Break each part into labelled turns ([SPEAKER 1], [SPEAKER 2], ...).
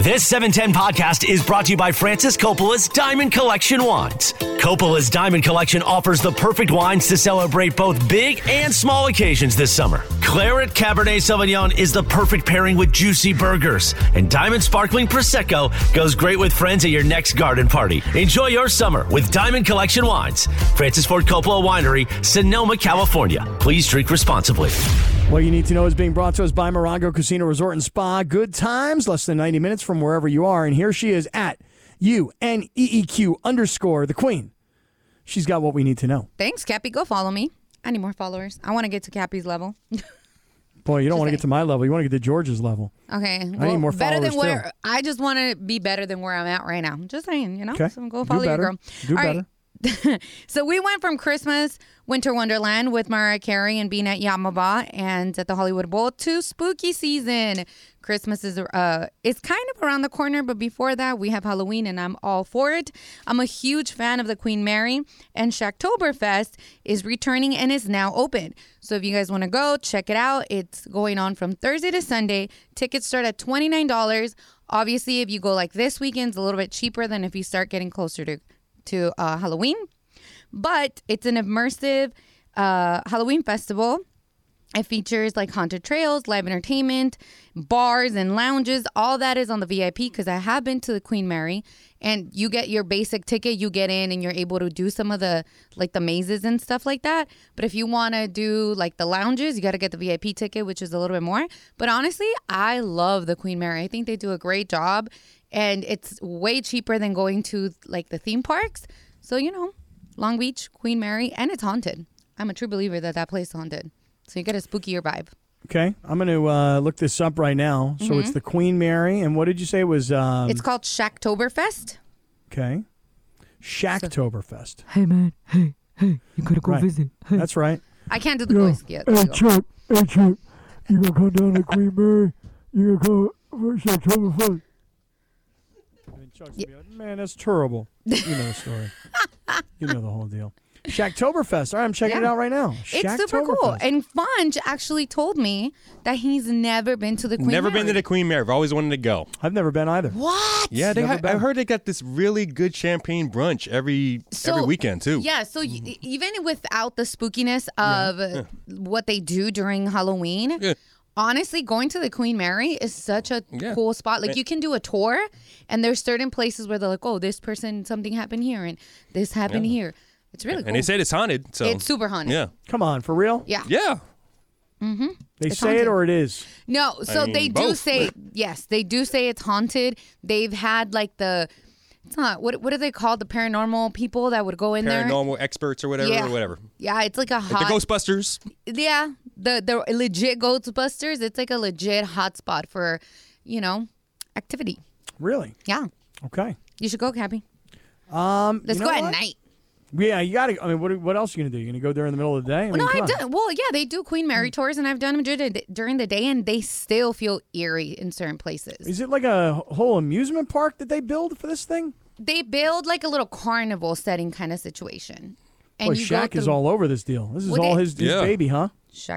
[SPEAKER 1] This 710 podcast is brought to you by Francis Coppola's Diamond Collection Wines. Coppola's Diamond Collection offers the perfect wines to celebrate both big and small occasions this summer. Claret Cabernet Sauvignon is the perfect pairing with juicy burgers, and Diamond Sparkling Prosecco goes great with friends at your next garden party. Enjoy your summer with Diamond Collection Wines. Francis Ford Coppola Winery, Sonoma, California. Please drink responsibly.
[SPEAKER 2] What you need to know is being brought to us by Morongo Casino Resort and Spa. Good times, less than 90 minutes from wherever you are. And here she is at U N E E Q underscore the queen. She's got what we need to know.
[SPEAKER 3] Thanks, Cappy. Go follow me. I need more followers. I want to get to Cappy's level.
[SPEAKER 2] Boy, you don't want to get to my level. You want to get to George's level.
[SPEAKER 3] Okay.
[SPEAKER 2] I well, need more
[SPEAKER 3] better
[SPEAKER 2] followers
[SPEAKER 3] than where too. I just want to be better than where I'm at right now. Just saying, you know. Okay. So go follow
[SPEAKER 2] Do
[SPEAKER 3] your
[SPEAKER 2] better.
[SPEAKER 3] girl.
[SPEAKER 2] Do better.
[SPEAKER 3] so we went from Christmas, Winter Wonderland with Mariah Carey and being at Yamaba and at the Hollywood Bowl to spooky season. Christmas is uh it's kind of around the corner, but before that we have Halloween and I'm all for it. I'm a huge fan of the Queen Mary and Shacktoberfest is returning and is now open. So if you guys want to go, check it out. It's going on from Thursday to Sunday. Tickets start at $29. Obviously, if you go like this weekend's a little bit cheaper than if you start getting closer to to uh, Halloween, but it's an immersive uh, Halloween festival. It features like haunted trails, live entertainment, bars and lounges. All that is on the VIP because I have been to the Queen Mary, and you get your basic ticket. You get in, and you're able to do some of the like the mazes and stuff like that. But if you want to do like the lounges, you got to get the VIP ticket, which is a little bit more. But honestly, I love the Queen Mary. I think they do a great job and it's way cheaper than going to like the theme parks. So you know, Long Beach, Queen Mary, and it's haunted. I'm a true believer that that place is haunted, so you get a spookier vibe.
[SPEAKER 2] Okay, I'm going to uh, look this up right now. So mm-hmm. it's the Queen Mary, and what did you say was? Um...
[SPEAKER 3] It's called Shacktoberfest.
[SPEAKER 2] Okay, Shacktoberfest. So,
[SPEAKER 4] hey man, hey hey, you gotta go right. visit. Hey.
[SPEAKER 2] That's right.
[SPEAKER 3] I can't do the yeah. voice yet.
[SPEAKER 4] Hey Chuck, hey Chuck, you gonna come down to Queen Mary? You gonna go for Shacktoberfest?
[SPEAKER 2] Yeah. Like, man, that's terrible. You know the story. you know the whole deal. Shacktoberfest. All right, I'm checking yeah. it out right now.
[SPEAKER 3] It's super cool. And Funge actually told me that he's never been to the Queen
[SPEAKER 5] Never
[SPEAKER 3] Mary.
[SPEAKER 5] been to the Queen Mary. I've always wanted to go.
[SPEAKER 2] I've never been either.
[SPEAKER 3] What?
[SPEAKER 5] Yeah, they ha- I heard they got this really good champagne brunch every so, every weekend too.
[SPEAKER 3] Yeah, so mm-hmm. y- even without the spookiness of yeah. what they do during Halloween, honestly going to the queen mary is such a yeah. cool spot like you can do a tour and there's certain places where they're like oh this person something happened here and this happened yeah. here it's really
[SPEAKER 5] and
[SPEAKER 3] cool.
[SPEAKER 5] they said it's haunted so
[SPEAKER 3] it's super haunted
[SPEAKER 5] yeah
[SPEAKER 2] come on for real
[SPEAKER 3] yeah
[SPEAKER 5] yeah
[SPEAKER 3] mm-hmm.
[SPEAKER 2] they it's say haunted. it or it is
[SPEAKER 3] no so I mean, they both. do say yes they do say it's haunted they've had like the it's not what what do they call the paranormal people that would go in
[SPEAKER 5] paranormal
[SPEAKER 3] there?
[SPEAKER 5] Paranormal experts or whatever
[SPEAKER 3] yeah.
[SPEAKER 5] or whatever.
[SPEAKER 3] Yeah, it's like a hot
[SPEAKER 5] like the Ghostbusters.
[SPEAKER 3] Yeah, the the legit Ghostbusters. It's like a legit hotspot for, you know, activity.
[SPEAKER 2] Really?
[SPEAKER 3] Yeah.
[SPEAKER 2] Okay.
[SPEAKER 3] You should go, Cappy.
[SPEAKER 2] Um,
[SPEAKER 3] let's
[SPEAKER 2] you
[SPEAKER 3] go
[SPEAKER 2] what?
[SPEAKER 3] at night.
[SPEAKER 2] Yeah, you gotta. I mean, what, what else are you gonna do? You gonna go there in the middle of the day? I mean,
[SPEAKER 3] well, no, I've
[SPEAKER 2] on. Mm.
[SPEAKER 3] done. Well, yeah, they do Queen Mary tours, and I've done them during the day, and they still feel eerie in certain places.
[SPEAKER 2] Is it like a whole amusement park that they build for this thing?
[SPEAKER 3] They build like a little carnival setting kind of situation.
[SPEAKER 2] And Boy, Shaq through, is all over this deal. This is well, all they, his, his yeah. baby, huh?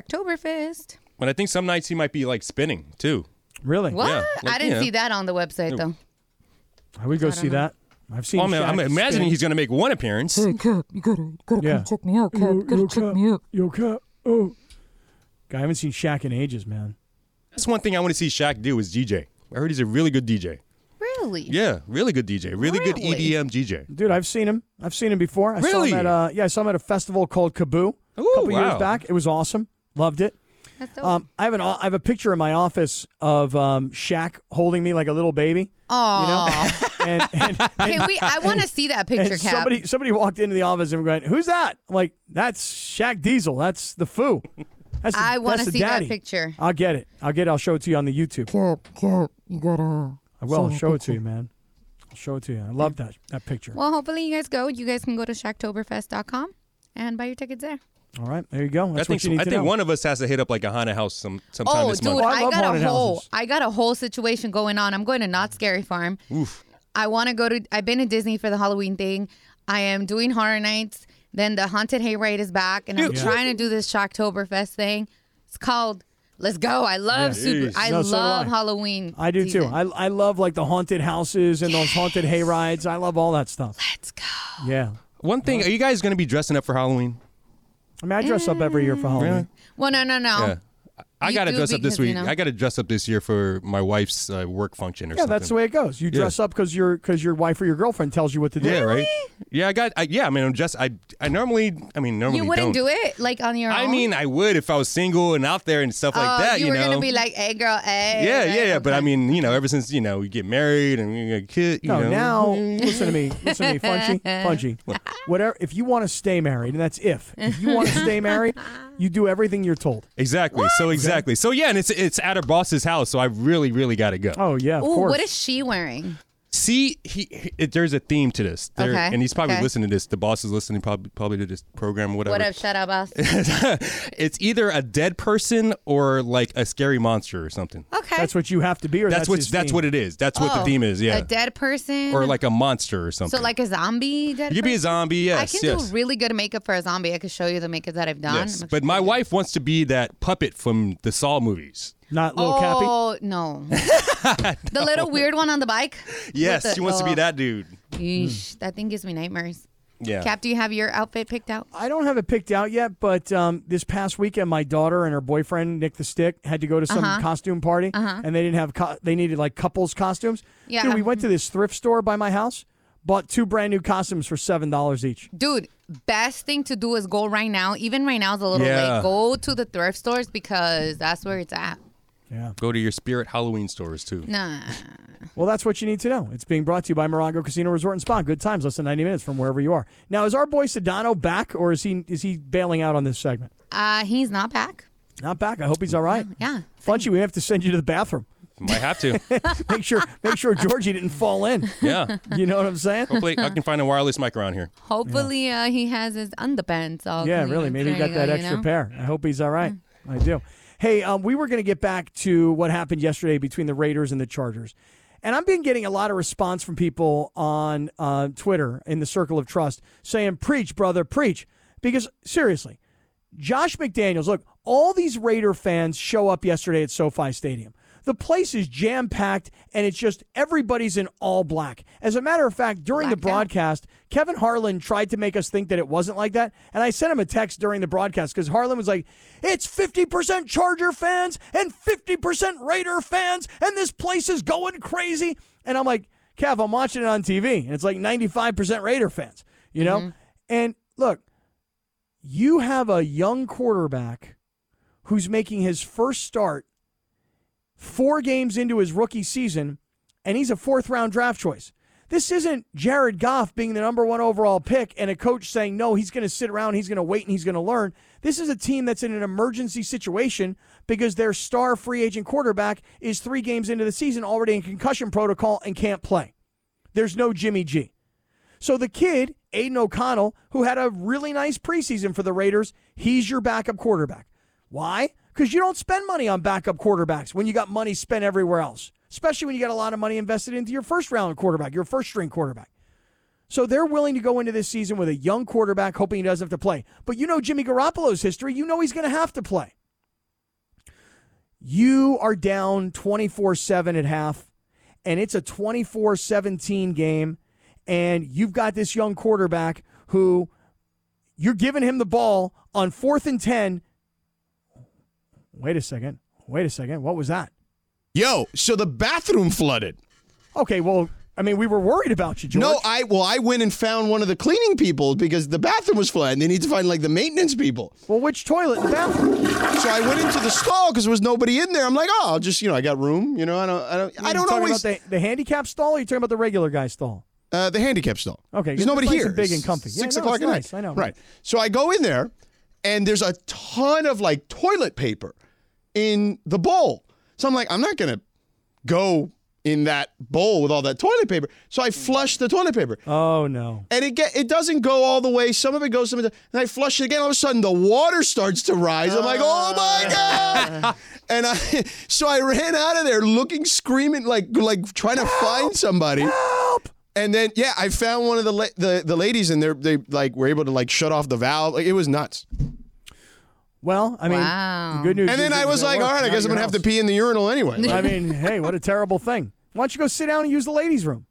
[SPEAKER 3] Shacktoberfest.
[SPEAKER 5] But I think some nights he might be like spinning too.
[SPEAKER 2] Really?
[SPEAKER 3] What?
[SPEAKER 5] Yeah,
[SPEAKER 3] like, I didn't yeah. see that on the website though.
[SPEAKER 2] I would go I see know. that. I've seen.
[SPEAKER 5] Well, Oh, I'm, I'm imagining
[SPEAKER 2] spin.
[SPEAKER 5] he's going to make one appearance.
[SPEAKER 2] Hmm.
[SPEAKER 4] Hey, Cap, you gotta, you gotta yeah. come check me out, Cap. Yo, you gotta yo, check Cap. me out.
[SPEAKER 2] Yo, Cap. Oh, God, I haven't seen Shaq in ages, man.
[SPEAKER 5] That's one thing I want to see Shaq do is DJ. I heard he's a really good DJ.
[SPEAKER 3] Really?
[SPEAKER 5] Yeah, really good DJ. Really, really? good E EDM DJ.
[SPEAKER 2] Dude, I've seen him. I've seen him before. I
[SPEAKER 5] really?
[SPEAKER 2] Saw him at, uh, yeah, I saw him at a festival called Kaboo a couple
[SPEAKER 5] wow.
[SPEAKER 2] years back. It was awesome. Loved it. Um, I have an I have a picture in my office of um, Shaq holding me like a little baby.
[SPEAKER 3] Oh,
[SPEAKER 2] you know? and, and, and,
[SPEAKER 3] can we? I want to see that picture. Cap.
[SPEAKER 2] Somebody somebody walked into the office and went, "Who's that?" I'm like, "That's Shaq Diesel. That's the foo. That's the,
[SPEAKER 3] I want
[SPEAKER 2] to
[SPEAKER 3] see
[SPEAKER 2] daddy.
[SPEAKER 3] that picture.
[SPEAKER 2] I'll get it. I'll get. it. I'll show it to you on the YouTube.
[SPEAKER 4] Cap, Cap, you gotta.
[SPEAKER 2] I will. I'll show it to you, man. I'll show it to you. I love that that picture.
[SPEAKER 3] Well, hopefully you guys go. You guys can go to Shacktoberfest.com and buy your tickets there.
[SPEAKER 2] All right, there you go. That's
[SPEAKER 6] I think
[SPEAKER 2] what you need
[SPEAKER 6] I
[SPEAKER 2] to
[SPEAKER 6] think
[SPEAKER 2] know.
[SPEAKER 6] one of us has to hit up like a haunted house some sometime
[SPEAKER 3] Oh,
[SPEAKER 6] this
[SPEAKER 3] dude,
[SPEAKER 6] month.
[SPEAKER 2] I
[SPEAKER 3] I,
[SPEAKER 2] love
[SPEAKER 3] got a
[SPEAKER 2] haunted
[SPEAKER 3] whole
[SPEAKER 2] houses.
[SPEAKER 3] I got a whole situation going on. I'm going to Knott's Scary Farm.
[SPEAKER 6] Oof.
[SPEAKER 3] I want to go to. I've been to Disney for the Halloween thing. I am doing horror nights. Then the haunted hayride is back, and I'm trying to do this Shocktoberfest thing. It's called Let's Go. I love super. I
[SPEAKER 2] No, so do
[SPEAKER 3] love
[SPEAKER 2] I.
[SPEAKER 3] Halloween.
[SPEAKER 2] I do too.
[SPEAKER 3] season.
[SPEAKER 2] I, I love like the haunted houses and those haunted hay rides. I love all that stuff.
[SPEAKER 3] Let's go.
[SPEAKER 2] Yeah.
[SPEAKER 6] One thing, are you guys going to be dressing up for Halloween?
[SPEAKER 2] I mean, I dress up every year for Halloween.
[SPEAKER 6] Really?
[SPEAKER 3] Well, no, no, no.
[SPEAKER 6] Yeah. I- I
[SPEAKER 3] You
[SPEAKER 6] got to
[SPEAKER 3] do
[SPEAKER 6] dress up this
[SPEAKER 3] because, you
[SPEAKER 6] week.
[SPEAKER 3] know.
[SPEAKER 6] I got to dress up this year for my wife's uh, work function or
[SPEAKER 2] Yeah,
[SPEAKER 6] something.
[SPEAKER 2] that's the way it goes. You
[SPEAKER 6] Yeah.
[SPEAKER 2] dress up because your because your wife or your girlfriend tells you what to do.
[SPEAKER 6] Yeah, right. Yeah, I got. I, yeah, I mean, I'm just. I. I normally. I mean, normally
[SPEAKER 3] You wouldn't
[SPEAKER 6] don't.
[SPEAKER 3] do it like on your
[SPEAKER 6] I
[SPEAKER 3] own.
[SPEAKER 6] mean, I would if I was single and out there and stuff
[SPEAKER 3] oh,
[SPEAKER 6] like that.
[SPEAKER 3] you,
[SPEAKER 6] You,
[SPEAKER 3] were
[SPEAKER 6] know.
[SPEAKER 3] gonna be like, "Hey, girl, hey."
[SPEAKER 6] yeah,
[SPEAKER 3] right?
[SPEAKER 6] yeah, yeah. But I
[SPEAKER 3] Okay.
[SPEAKER 6] mean, you know, ever since you know you get married and you get a kid, you
[SPEAKER 2] No,
[SPEAKER 6] know.
[SPEAKER 2] now listen to me. Listen to me, Funchy. Funchy. Whatever. If you want to stay married, and that's if. If you want to stay married, you do everything you're told.
[SPEAKER 6] Exactly. So exactly. So yeah, and it's it's at her boss's house, so I really really got to go.
[SPEAKER 2] Oh yeah, of
[SPEAKER 3] Ooh,
[SPEAKER 2] course.
[SPEAKER 3] what is she wearing?
[SPEAKER 6] See, he, he- it, there's a theme to this. There,
[SPEAKER 3] Okay,
[SPEAKER 6] And he's probably
[SPEAKER 3] okay.
[SPEAKER 6] listening to this. The boss is listening probably probably to this program, whatever.
[SPEAKER 3] What up, shut up, boss?
[SPEAKER 6] it's either a dead person or like a scary monster or something.
[SPEAKER 3] Okay.
[SPEAKER 2] that's what you have to be, or
[SPEAKER 6] That's
[SPEAKER 2] that's,
[SPEAKER 6] what's that's what it is. That's what the
[SPEAKER 3] Oh,
[SPEAKER 6] theme is. Yeah.
[SPEAKER 3] A dead person.
[SPEAKER 6] or like a monster or something.
[SPEAKER 3] So like a zombie dead
[SPEAKER 6] you could be a
[SPEAKER 3] person?
[SPEAKER 6] zombie. Yes.
[SPEAKER 3] I can
[SPEAKER 6] yes.
[SPEAKER 3] do really good makeup for a zombie. I could show you the makeup that I've done.
[SPEAKER 6] yes.
[SPEAKER 3] I'm
[SPEAKER 6] But my wife wants to be that puppet from the Saw movies.
[SPEAKER 2] Not little Cappy.
[SPEAKER 3] Oh no. the little weird one on the bike.
[SPEAKER 6] Yes,
[SPEAKER 3] With the-
[SPEAKER 6] she wants to
[SPEAKER 3] oh.
[SPEAKER 6] be that dude.
[SPEAKER 3] Yeesh, That thing gives me nightmares.
[SPEAKER 6] Yeah.
[SPEAKER 3] Cap, do you have your outfit picked out?
[SPEAKER 2] I don't have it picked out yet, but um, this past weekend, my daughter and her boyfriend Nick the Stick had to go to some costume party, and they didn't have co- they needed like couples costumes.
[SPEAKER 3] Uh-huh. Yeah.
[SPEAKER 2] Dude, we went to this thrift store by my house, bought two brand new costumes for seven dollars each.
[SPEAKER 3] Dude, best thing to do is go right now. Even right now is a little
[SPEAKER 6] Yeah.
[SPEAKER 3] late. Go to the thrift stores because that's where it's at.
[SPEAKER 6] Go to your spirit Halloween stores too.
[SPEAKER 3] Nah.
[SPEAKER 2] Well, that's what you need to know. It's being brought to you by Morongo Casino Resort and Spa. Good times, less than ninety minutes from wherever you are. Now, is our boy Sedano back, or is he is he bailing out on this segment?
[SPEAKER 3] Uh, he's not back.
[SPEAKER 2] Not back. I hope he's all right.
[SPEAKER 3] Yeah.
[SPEAKER 2] Funchy, we have to send you to the bathroom.
[SPEAKER 6] Might have to.
[SPEAKER 2] Make sure make sure Georgie didn't fall in.
[SPEAKER 6] yeah.
[SPEAKER 2] You know what I'm saying?
[SPEAKER 6] Hopefully, I can find a wireless mic around here.
[SPEAKER 3] Hopefully, uh, he has his underpants. All
[SPEAKER 2] Yeah,
[SPEAKER 3] clean
[SPEAKER 2] really.
[SPEAKER 3] and
[SPEAKER 2] Maybe he got
[SPEAKER 3] ready to
[SPEAKER 2] that
[SPEAKER 3] go, you
[SPEAKER 2] extra
[SPEAKER 3] know?
[SPEAKER 2] pair. I hope he's all right. I do. Hey, um, we were going to get back to what happened yesterday between the Raiders and the Chargers. And I've been getting a lot of response from people on uh, Twitter in the Circle of Trust saying, preach, brother, preach. Because seriously, Josh McDaniels, look, all these Raider fans show up yesterday at SoFi Stadium. The place is jam packed and it's just everybody's in all black. As a matter of fact, during the broadcast, Kevin Harlan tried to make us think that it wasn't like that. And I sent him a text during the broadcast because Harlan was like, It's 50% Charger fans and 50% Raider fans, and this place is going crazy. And I'm like, Kev, I'm watching it on TV and it's like 95% Raider fans, you know?
[SPEAKER 3] Mm-hmm.
[SPEAKER 2] And look, you have a young quarterback who's making his first start four games into his rookie season, and he's a fourth round draft choice. This isn't Jared Goff being the number one overall pick and a coach saying, no, he's going to sit around, he's going to wait, and he's going to learn. This is a team that's in an emergency situation because their star free agent quarterback is three games into the season already in concussion protocol and can't play. There's no Jimmy G. So the kid, Aiden O'Connell, who had a really nice preseason for the Raiders, he's your backup quarterback. Why? Because you don't spend money on backup quarterbacks when you got money spent everywhere else, especially when you got a lot of money invested into your first round quarterback, your first string quarterback. So they're willing to go into this season with a young quarterback, hoping he doesn't have to play. But you know Jimmy Garoppolo's history. You know he's going to have to play. You are down 24 7 at half and it's a 24 17 game, and you've got this young quarterback who you're giving him the ball on fourth and 10. Wait a second. Wait a second. What was that?
[SPEAKER 1] Yo, so the bathroom flooded.
[SPEAKER 2] Okay, well, I mean, we were worried about you, George.
[SPEAKER 1] No, I well, I went and found one of the cleaning people because the bathroom was flooded. And they need to find like the maintenance people.
[SPEAKER 2] well, which toilet in the bathroom?
[SPEAKER 1] So I went into the stall because there was nobody in there. I'm like, oh, I'll just you know, I got room. You know, I don't, I don't, I
[SPEAKER 2] You
[SPEAKER 1] don't
[SPEAKER 2] talking
[SPEAKER 1] always
[SPEAKER 2] About the, the handicap stall, or you talking about the regular guy stall?
[SPEAKER 1] Uh, the handicap stall.
[SPEAKER 2] Okay,
[SPEAKER 1] There's
[SPEAKER 2] the
[SPEAKER 1] nobody
[SPEAKER 2] place
[SPEAKER 1] here.
[SPEAKER 2] is big and
[SPEAKER 1] It's
[SPEAKER 2] comfy. Yeah,
[SPEAKER 1] Six
[SPEAKER 2] no,
[SPEAKER 1] o'clock
[SPEAKER 2] it's
[SPEAKER 1] at night.
[SPEAKER 2] nice. I know.
[SPEAKER 1] Right. So I go in there, and there's a ton of like toilet paper in the bowl. So I'm like, I'm not gonna go
[SPEAKER 2] in that bowl with all that toilet paper. So I flushed the toilet paper.
[SPEAKER 6] Oh no.
[SPEAKER 2] And it get it doesn't go all the way. Some of it goes some of it. And I flush it again. All of a sudden, the water starts to rise. I'm like, oh my god! and I so I ran out of there, looking, screaming, like like trying to find somebody. Help! And then yeah, I found one of the la- the, the ladies, and they they like were able to like shut off the valve. Like, it was nuts.
[SPEAKER 6] Well, I mean,
[SPEAKER 3] Wow.
[SPEAKER 6] the good news.
[SPEAKER 2] And then I was like, all right, I guess I'm gonna have to pee in the urinal anyway.
[SPEAKER 6] I
[SPEAKER 2] Like,
[SPEAKER 6] mean, hey, what a terrible thing. Why don't you go sit down and use the ladies' room?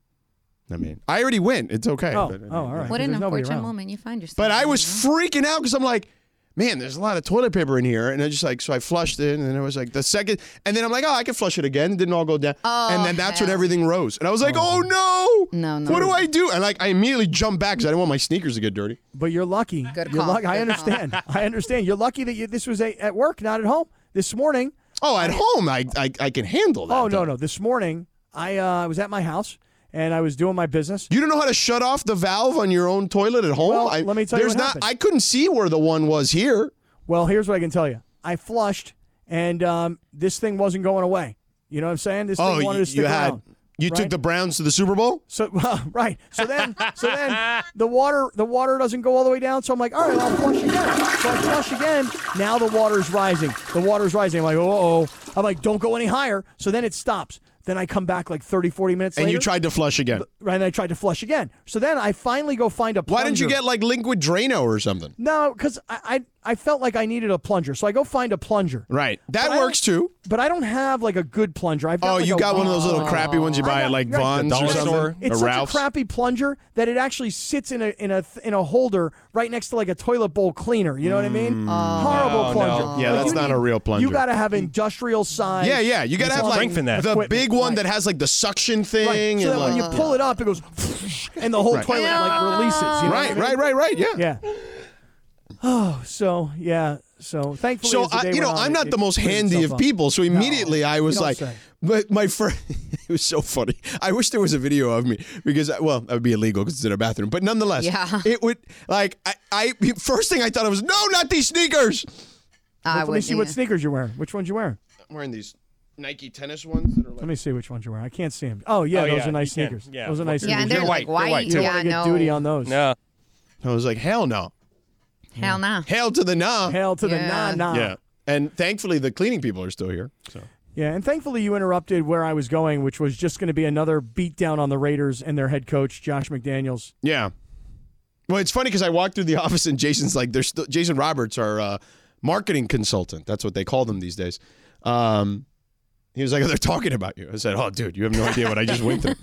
[SPEAKER 2] I mean, I already went. It's okay.
[SPEAKER 6] Oh,
[SPEAKER 2] but,
[SPEAKER 6] oh, all right.
[SPEAKER 3] What an
[SPEAKER 6] There's nobody
[SPEAKER 3] unfortunate
[SPEAKER 6] around.
[SPEAKER 3] moment you find yourself.
[SPEAKER 2] But I
[SPEAKER 3] in,
[SPEAKER 2] was
[SPEAKER 3] you know?
[SPEAKER 2] freaking out because I'm like, man, there's a lot of toilet paper in here. And I just like, so I flushed it. And then it was like the second, and then I'm like, oh, I can flush it again. It didn't all go down.
[SPEAKER 3] Oh,
[SPEAKER 2] and then that's when
[SPEAKER 3] hell.
[SPEAKER 2] everything rose. And I was like, oh, no.
[SPEAKER 3] No, no,
[SPEAKER 2] What do
[SPEAKER 3] no.
[SPEAKER 2] I do? And like, I immediately jumped back because I didn't want my sneakers to get dirty.
[SPEAKER 6] But you're lucky.
[SPEAKER 3] Good
[SPEAKER 6] You're
[SPEAKER 3] call.
[SPEAKER 6] lucky. I
[SPEAKER 3] Good call.
[SPEAKER 6] understand. I understand. You're lucky that you, this was a, at work, not at home. This morning,
[SPEAKER 2] Oh, at home, I, I, I can handle that.
[SPEAKER 6] oh no,
[SPEAKER 2] though.
[SPEAKER 6] no, this morning I uh, was at my house and I was doing my business.
[SPEAKER 2] You don't know how to shut off the valve on your own toilet at home?
[SPEAKER 6] Well,
[SPEAKER 2] I,
[SPEAKER 6] let me tell you
[SPEAKER 2] there's
[SPEAKER 6] what
[SPEAKER 2] not,
[SPEAKER 6] happened.
[SPEAKER 2] I couldn't see where the one was here.
[SPEAKER 6] Well, here's what I can tell you. I flushed, and um, this thing wasn't going away. You know what I'm saying? This
[SPEAKER 2] oh,
[SPEAKER 6] thing wanted
[SPEAKER 2] you,
[SPEAKER 6] to stick
[SPEAKER 2] you had,
[SPEAKER 6] around.
[SPEAKER 2] you took
[SPEAKER 6] right?
[SPEAKER 2] the Browns to the Super Bowl?
[SPEAKER 6] So right. So then, so then the water the water doesn't go all the way down. So I'm like, all right, I'll flush again. So I flush again. Now the water's rising. The water's rising. I'm like, oh, oh. I'm like, don't go any higher. So then it stops. Then I come back like 30, 40 minutes
[SPEAKER 2] And
[SPEAKER 6] later.
[SPEAKER 2] you tried to flush again.
[SPEAKER 6] Right, and I tried to flush again. So then I finally go find a. Plunger.
[SPEAKER 2] Why didn't you get like liquid Drano or something?
[SPEAKER 6] No, because I, I I felt like I needed a plunger, so I go find a plunger.
[SPEAKER 2] Right.
[SPEAKER 6] But
[SPEAKER 2] That
[SPEAKER 6] I don't-
[SPEAKER 2] works too.
[SPEAKER 6] But I don't have like a good plunger. I've got,
[SPEAKER 2] Oh,
[SPEAKER 6] like,
[SPEAKER 2] you
[SPEAKER 6] a
[SPEAKER 2] got one of
[SPEAKER 6] weak-
[SPEAKER 2] those little crappy ones you
[SPEAKER 6] I
[SPEAKER 2] buy at
[SPEAKER 6] got-
[SPEAKER 2] like
[SPEAKER 6] right,
[SPEAKER 2] Vons
[SPEAKER 1] the
[SPEAKER 2] or
[SPEAKER 1] dollar
[SPEAKER 2] something,
[SPEAKER 1] store.
[SPEAKER 6] It's
[SPEAKER 2] or
[SPEAKER 6] such
[SPEAKER 2] Ralph's.
[SPEAKER 6] a crappy plunger that it actually sits in a in a in a holder right next to like a toilet bowl cleaner. You know what I mean? Horrible
[SPEAKER 1] No,
[SPEAKER 6] plunger.
[SPEAKER 1] no.
[SPEAKER 2] Mm. Yeah,
[SPEAKER 6] Like,
[SPEAKER 2] that's
[SPEAKER 6] you
[SPEAKER 2] not
[SPEAKER 6] need-
[SPEAKER 2] a real plunger.
[SPEAKER 6] You got to have industrial size.
[SPEAKER 2] yeah, yeah. You gotta
[SPEAKER 1] It's
[SPEAKER 2] have
[SPEAKER 1] all
[SPEAKER 2] like
[SPEAKER 1] strength in that
[SPEAKER 2] the
[SPEAKER 6] equipment,
[SPEAKER 2] big one
[SPEAKER 6] right.
[SPEAKER 2] that has like the suction
[SPEAKER 6] Right,
[SPEAKER 2] thing.
[SPEAKER 6] so that
[SPEAKER 2] and,
[SPEAKER 6] when you
[SPEAKER 2] like-
[SPEAKER 6] pull it up, it goes, and the whole toilet like releases. You know what I
[SPEAKER 2] right,
[SPEAKER 6] mean?
[SPEAKER 2] right, right, right. Yeah.
[SPEAKER 6] Yeah. Oh, so yeah, so thankfully.
[SPEAKER 2] So
[SPEAKER 6] as the
[SPEAKER 2] I,
[SPEAKER 6] day
[SPEAKER 2] you
[SPEAKER 6] went
[SPEAKER 2] know,
[SPEAKER 6] on,
[SPEAKER 2] I'm
[SPEAKER 6] it-
[SPEAKER 2] not
[SPEAKER 6] it
[SPEAKER 2] the most
[SPEAKER 6] cleared
[SPEAKER 2] handy
[SPEAKER 6] itself
[SPEAKER 2] of
[SPEAKER 6] up.
[SPEAKER 2] people, so immediately I was
[SPEAKER 6] don't
[SPEAKER 2] like,
[SPEAKER 6] say.
[SPEAKER 2] but my friend, it was so funny. I wish there was a video of me because, uh, well, that would be illegal because it's in a bathroom, but nonetheless,
[SPEAKER 3] Yeah.
[SPEAKER 2] it would like I, I first thing I thought of was no, not these sneakers.
[SPEAKER 3] I
[SPEAKER 6] Let me
[SPEAKER 3] would,
[SPEAKER 6] see what
[SPEAKER 3] yeah.
[SPEAKER 6] sneakers you're wearing. Which ones you wearing?
[SPEAKER 2] I'm wearing these Nike tennis ones that are like.
[SPEAKER 6] Let me see which ones you're wearing. I can't see them. Oh yeah,
[SPEAKER 1] Oh,
[SPEAKER 6] those
[SPEAKER 1] yeah,
[SPEAKER 6] are nice
[SPEAKER 1] you can.
[SPEAKER 6] sneakers.
[SPEAKER 1] Yeah.
[SPEAKER 6] Those are nice.
[SPEAKER 1] They're
[SPEAKER 3] Yeah, and
[SPEAKER 6] sneakers.
[SPEAKER 3] they're
[SPEAKER 1] They're
[SPEAKER 3] like white.
[SPEAKER 1] white, they're white.
[SPEAKER 6] You
[SPEAKER 1] They're
[SPEAKER 6] don't
[SPEAKER 3] yeah,
[SPEAKER 6] wanna get
[SPEAKER 3] no.
[SPEAKER 6] duty on those.
[SPEAKER 1] No.
[SPEAKER 2] I was like, hell no,
[SPEAKER 3] Hell no.
[SPEAKER 2] hell to the nah.
[SPEAKER 6] Hell to
[SPEAKER 3] Yeah.
[SPEAKER 6] the nah nah.
[SPEAKER 2] Yeah. And thankfully, the cleaning people are still here. So
[SPEAKER 6] Yeah, and thankfully you interrupted where I was going, which was just going to be another beatdown on the Raiders and their head coach Josh McDaniels.
[SPEAKER 2] yeah. Well, it's funny because I walked through the office and Jason's like, "There's still Jason Roberts, our uh, marketing consultant. That's what they call them these days." Um, he was like, "Oh, they're talking about you." I said, "Oh, dude, you have no idea what I just went through."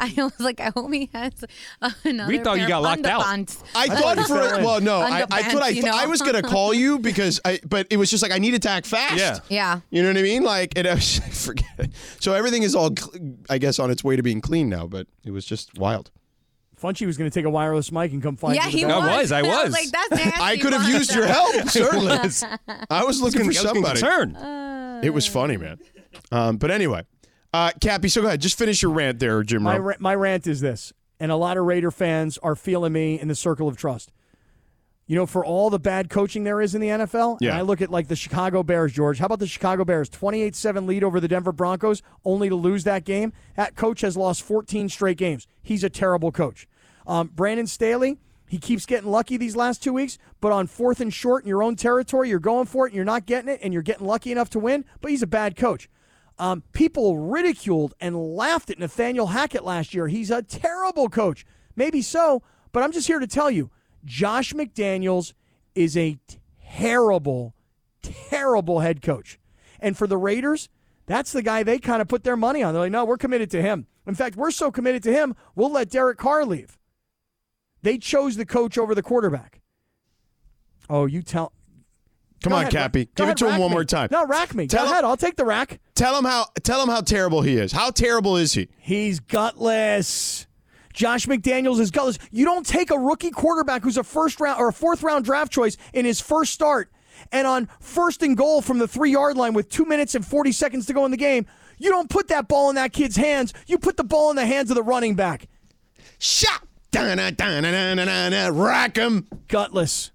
[SPEAKER 3] I was like, I hope he has another.
[SPEAKER 1] We thought you
[SPEAKER 3] pair
[SPEAKER 1] got
[SPEAKER 3] of
[SPEAKER 1] locked out.
[SPEAKER 3] underpants.
[SPEAKER 2] I thought for
[SPEAKER 6] still in.
[SPEAKER 2] well, no, I, I
[SPEAKER 3] Underpants,
[SPEAKER 2] thought I,
[SPEAKER 3] you know?
[SPEAKER 2] I was gonna call you because I, but it was just like I need to tack fast.
[SPEAKER 1] Yeah.
[SPEAKER 3] Yeah.
[SPEAKER 2] You know what I mean? Like, and I was, forget it. So everything is all, cl- I guess, on its way to being clean now. But it was just wild.
[SPEAKER 6] Funchy was going to take a wireless mic and come find.
[SPEAKER 3] Yeah,
[SPEAKER 6] you to the
[SPEAKER 3] he
[SPEAKER 6] back.
[SPEAKER 1] I
[SPEAKER 3] was.
[SPEAKER 1] was, I was.
[SPEAKER 3] like, that's nasty.
[SPEAKER 2] I could have
[SPEAKER 3] Mom.
[SPEAKER 2] used your help, certainly.
[SPEAKER 1] I
[SPEAKER 2] I was looking for
[SPEAKER 1] was
[SPEAKER 2] somebody.
[SPEAKER 1] concerned.
[SPEAKER 2] It was funny, man. Um, but anyway, uh, Cappy, so go ahead. Just finish your rant there, Jim.
[SPEAKER 6] My,
[SPEAKER 2] Rome.
[SPEAKER 6] ra- my rant is this, and a lot of Raider fans are feeling me in the circle of trust. You know, for all the bad coaching there is in the NFL,
[SPEAKER 2] Yeah.
[SPEAKER 6] and I look at like the Chicago Bears, George. How about the Chicago Bears? 28 7 lead over the Denver Broncos, only to lose that game. That coach has lost 14 straight games. He's a terrible coach. Um, Brandon Staley, he keeps getting lucky these last two weeks, but on fourth and short in your own territory, you're going for it and you're not getting it, and you're getting lucky enough to win, but he's a bad coach. Um, people ridiculed and laughed at Nathaniel Hackett last year. He's a terrible coach. Maybe so, but I'm just here to tell you Josh McDaniels is a terrible, terrible head coach. And for the Raiders, that's the guy they kind of put their money on. They're like, no, we're committed to him. In fact, we're so committed to him, we'll let Derek Carr leave. They chose the coach over the quarterback. Oh, you tell.
[SPEAKER 2] Come
[SPEAKER 6] Go
[SPEAKER 2] on,
[SPEAKER 6] ahead, Ra-
[SPEAKER 2] Cappy.
[SPEAKER 6] go
[SPEAKER 2] Give it
[SPEAKER 6] ahead,
[SPEAKER 2] to him
[SPEAKER 6] rack
[SPEAKER 2] one
[SPEAKER 6] me.
[SPEAKER 2] more time.
[SPEAKER 6] No, rack me.
[SPEAKER 2] Tell
[SPEAKER 6] go
[SPEAKER 2] him-
[SPEAKER 6] ahead. I'll take the rack.
[SPEAKER 2] Tell him how. Tell him how terrible he is. How terrible is he?
[SPEAKER 6] He's gutless. Josh McDaniels is gutless. You don't take a rookie quarterback who's a first round or a fourth round draft choice in his first start and on first and goal from the three yard line with two minutes and 40 seconds to go in the game. You don't put that ball in that kid's hands. You put the ball in the hands of the running back.
[SPEAKER 2] Shot. Da-na, da-na, na, na, na, na. Rack him.
[SPEAKER 6] Gutless.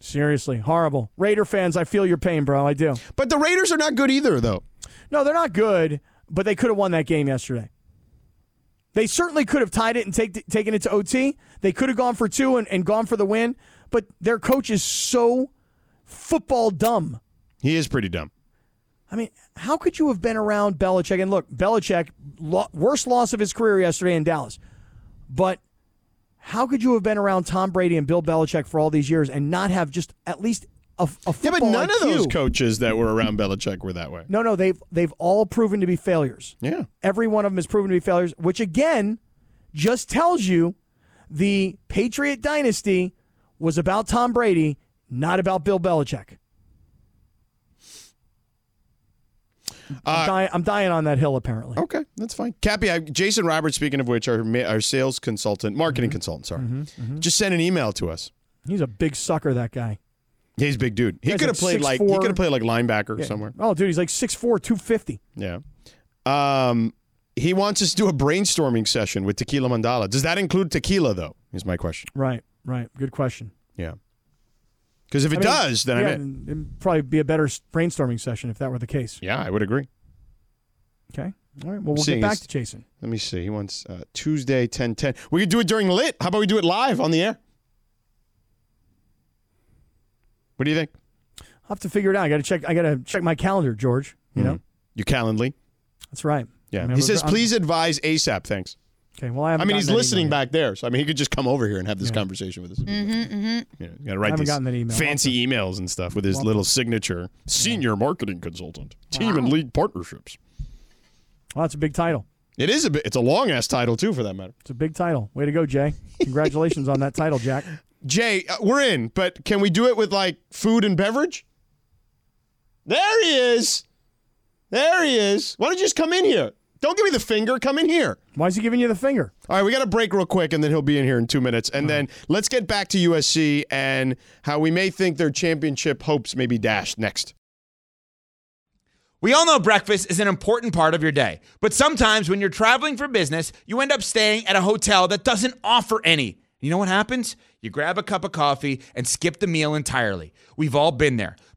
[SPEAKER 6] Seriously, horrible. Raider fans, I feel your pain, bro. I do.
[SPEAKER 2] But the Raiders are not good either, though.
[SPEAKER 1] No, they're not good, but they could have won that game yesterday. They certainly could have tied it and take, taken it to OT. They could have gone for two and, and gone for the win, but their coach is so football dumb.
[SPEAKER 2] He is pretty dumb.
[SPEAKER 1] I mean, how could you have been around Belichick? And look, Belichick, lo- worst loss of his career yesterday in Dallas. But how could you have been around Tom Brady and Bill Belichick for all these years and not have just at least a, a
[SPEAKER 2] Yeah, but
[SPEAKER 1] football
[SPEAKER 2] none of
[SPEAKER 1] IQ?
[SPEAKER 2] those coaches that were around Belichick were that way.
[SPEAKER 1] No, no, they've they've all proven to be failures.
[SPEAKER 2] Yeah.
[SPEAKER 1] Every one of them is proven to be failures, which again just tells you the Patriot dynasty was about Tom Brady, not about Bill Belichick. I'm, dying, I'm dying on that hill, apparently.
[SPEAKER 2] Uh, Okay, that's fine. Cappy, I, Jason Roberts, speaking of which, our, ma- our sales consultant, marketing consultant, sorry, just sent an email to us.
[SPEAKER 1] Mm-hmm. He's a big sucker, that guy.
[SPEAKER 2] He's a big dude. He
[SPEAKER 1] Guy's
[SPEAKER 2] could have
[SPEAKER 1] like
[SPEAKER 2] played like
[SPEAKER 1] 6'4".
[SPEAKER 2] he could have played like linebacker somewhere.
[SPEAKER 1] Oh, dude, he's like 6'4, 250.
[SPEAKER 2] Yeah. Um, he wants us to do a brainstorming session with Tequila Mandala. Does that include tequila though? Is my question.
[SPEAKER 1] Right, right. Good question.
[SPEAKER 2] Yeah. Because if it does, then
[SPEAKER 1] yeah,
[SPEAKER 2] I'm in.
[SPEAKER 1] It'd probably be a better s- brainstorming session if that were the case.
[SPEAKER 2] Yeah, I would agree.
[SPEAKER 1] Okay. All right. Well, we'll
[SPEAKER 2] Seeing
[SPEAKER 1] get back
[SPEAKER 2] as-
[SPEAKER 1] to Jason.
[SPEAKER 2] Let me see. He wants uh, Tuesday ten ten. We could do it during lit. How about we do it live on the air? What do you think?
[SPEAKER 1] I'll have to figure it out. I got to check. I got to check my calendar, George. You know,
[SPEAKER 2] Mm-hmm. Your Calendly.
[SPEAKER 1] that's right.
[SPEAKER 2] Yeah.
[SPEAKER 1] I mean,
[SPEAKER 2] he
[SPEAKER 1] I'm-
[SPEAKER 2] says,
[SPEAKER 1] I'm-
[SPEAKER 2] please advise ASAP. Thanks.
[SPEAKER 1] Okay. Well, I,
[SPEAKER 2] I
[SPEAKER 1] haven't
[SPEAKER 2] mean, he's
[SPEAKER 1] gotten that
[SPEAKER 2] listening
[SPEAKER 1] email
[SPEAKER 2] back there. So, I mean, he could just come over here and have this conversation with us. You know, you gotta write
[SPEAKER 1] haven't
[SPEAKER 2] these
[SPEAKER 1] gotten that email.
[SPEAKER 2] fancy emails and stuff with his little signature. Senior marketing consultant, team and league partnerships.
[SPEAKER 1] yet. Well, that's a big title.
[SPEAKER 2] It is a bit. It's a long ass title too, for that matter.
[SPEAKER 1] It's a big title. Way to go, Jay! Congratulations on that title, Jack.
[SPEAKER 2] Jay, uh, we're in, but can we do it with like food and beverage? There he is. There he is. Why don't you just come in here? Don't give me the finger. Come in here.
[SPEAKER 1] Why is he giving you the finger?
[SPEAKER 2] All right, we got to break real quick, and then he'll be in here in two minutes. And then let's get back to USC and how we may think their championship hopes may be dashed next.
[SPEAKER 7] We all know breakfast is an important part of your day, but sometimes when you're traveling for business, you end up staying at a hotel that doesn't offer any. You know what happens? You grab a cup of coffee and skip the meal entirely. We've all been there.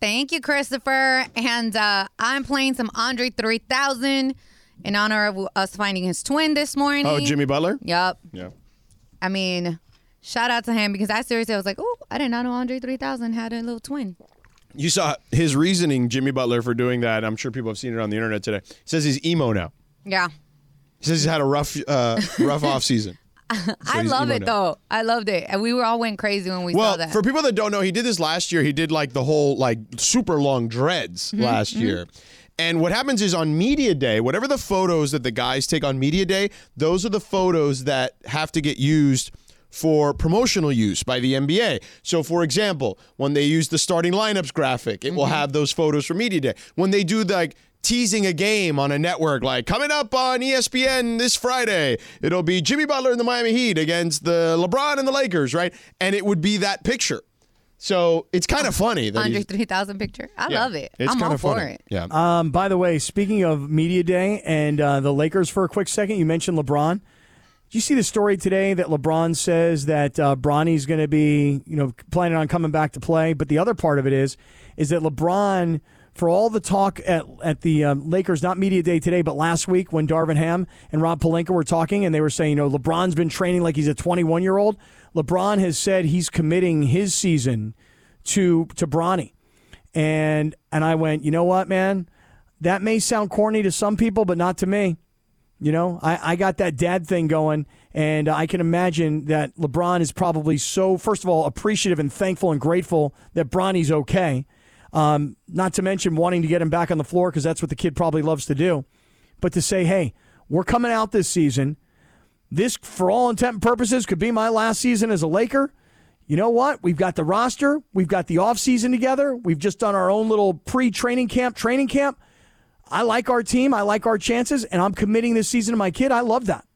[SPEAKER 3] Thank you, Christopher. And uh, I'm playing some Andre 3000 in honor of us finding his twin this morning.
[SPEAKER 2] Oh, Jimmy Butler?
[SPEAKER 3] Yep.
[SPEAKER 2] Yeah.
[SPEAKER 3] I mean, shout out to him because I seriously was like, oh, I did not know Andre 3000 had a little twin.
[SPEAKER 2] You saw his reasoning, Jimmy Butler, for doing that. I'm sure people have seen it on the internet today. He says he's emo now.
[SPEAKER 3] Yeah.
[SPEAKER 2] He says he's had a rough, uh, rough off season.
[SPEAKER 3] I
[SPEAKER 2] he's
[SPEAKER 3] love
[SPEAKER 2] emo
[SPEAKER 3] it,
[SPEAKER 2] now.
[SPEAKER 3] though. I loved it. And we were all went crazy when we saw
[SPEAKER 2] Well,
[SPEAKER 3] that.
[SPEAKER 2] for people that don't know, he did this last year. He did like the whole like super long dreads
[SPEAKER 3] Mm-hmm,
[SPEAKER 2] last year. And what happens is on media day, whatever the photos that the guys take on media day, those are the photos that have to get used for promotional use by the NBA. So for example, when they use the starting lineups graphic, it will
[SPEAKER 3] Mm-hmm.
[SPEAKER 2] have those photos for media day. When they do like teasing a game on a network like coming up on E ESPN this Friday. It'll be Jimmy Butler and the Miami Heat against the LeBron and the Lakers, right? And it would be that picture. So it's kind of funny that
[SPEAKER 3] Andre
[SPEAKER 2] he's-
[SPEAKER 3] 3000 picture. I
[SPEAKER 2] yeah,
[SPEAKER 3] love it.
[SPEAKER 2] It's
[SPEAKER 3] I'm
[SPEAKER 2] kind
[SPEAKER 3] all
[SPEAKER 2] of
[SPEAKER 3] for
[SPEAKER 2] funny.
[SPEAKER 3] it.
[SPEAKER 2] Yeah.
[SPEAKER 1] Um, by the way, speaking of media day and uh, the Lakers for a quick second, you mentioned LeBron. Did you see the story today that LeBron says that uh, Bronny's going to be, you know, planning on coming back to play? But the other part of it is, is that LeBron, for all the talk at at the um, Lakers, not media day today, but last week when Darvin Ham and Rob Palenka were talking, and they were saying, you know, LeBron's been training like he's a 21 year old. LeBron has said he's committing his season to to Bronny and and I went, you know what, man, that may sound corny to some people, but not to me.
[SPEAKER 2] You know, I, I got that dad thing going, and I can imagine that LeBron is probably so, first of all, appreciative and thankful and grateful that Bronny's okay. Um, not to mention wanting to get him back on the floor because that's what the kid probably loves to do. But to say, hey, we're coming out this season. This, for all intent and purposes, could be my last season as a Laker. You know what? We've got the roster. We've got the offseason together. We've just done our own little pre training camp, training camp. I like our team. I like our chances, and I'm committing this season to my kid. I love that.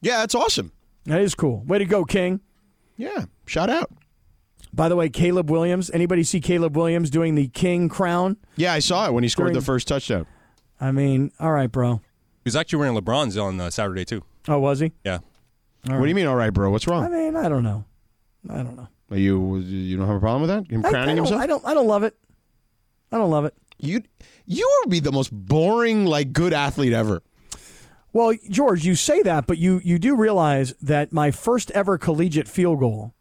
[SPEAKER 8] Yeah, that's awesome.
[SPEAKER 2] That is cool. Way to go, King.
[SPEAKER 8] Yeah, shout out.
[SPEAKER 2] By the way, Caleb Williams. Anybody see Caleb Williams doing the King crown?
[SPEAKER 8] Yeah, I saw it when he scored
[SPEAKER 2] During-
[SPEAKER 8] the first touchdown.
[SPEAKER 2] I mean, all right, bro.
[SPEAKER 1] He was actually wearing LeBron's on uh, Saturday too.
[SPEAKER 2] Oh, was he?
[SPEAKER 1] Yeah.
[SPEAKER 2] All
[SPEAKER 8] What do
[SPEAKER 2] right.
[SPEAKER 8] you mean, all right, bro? What's
[SPEAKER 2] I
[SPEAKER 8] wrong?
[SPEAKER 2] mean, I don't know. I don't know.
[SPEAKER 8] Are you you don't have a problem with that? Him
[SPEAKER 2] I- I
[SPEAKER 8] crowning
[SPEAKER 2] don't-
[SPEAKER 8] himself?
[SPEAKER 2] I don't. I don't love it. I don't love it.
[SPEAKER 8] You you would be the most boring like good athlete ever.
[SPEAKER 2] Well, George, you say that, but you you do realize that my first ever collegiate field goal,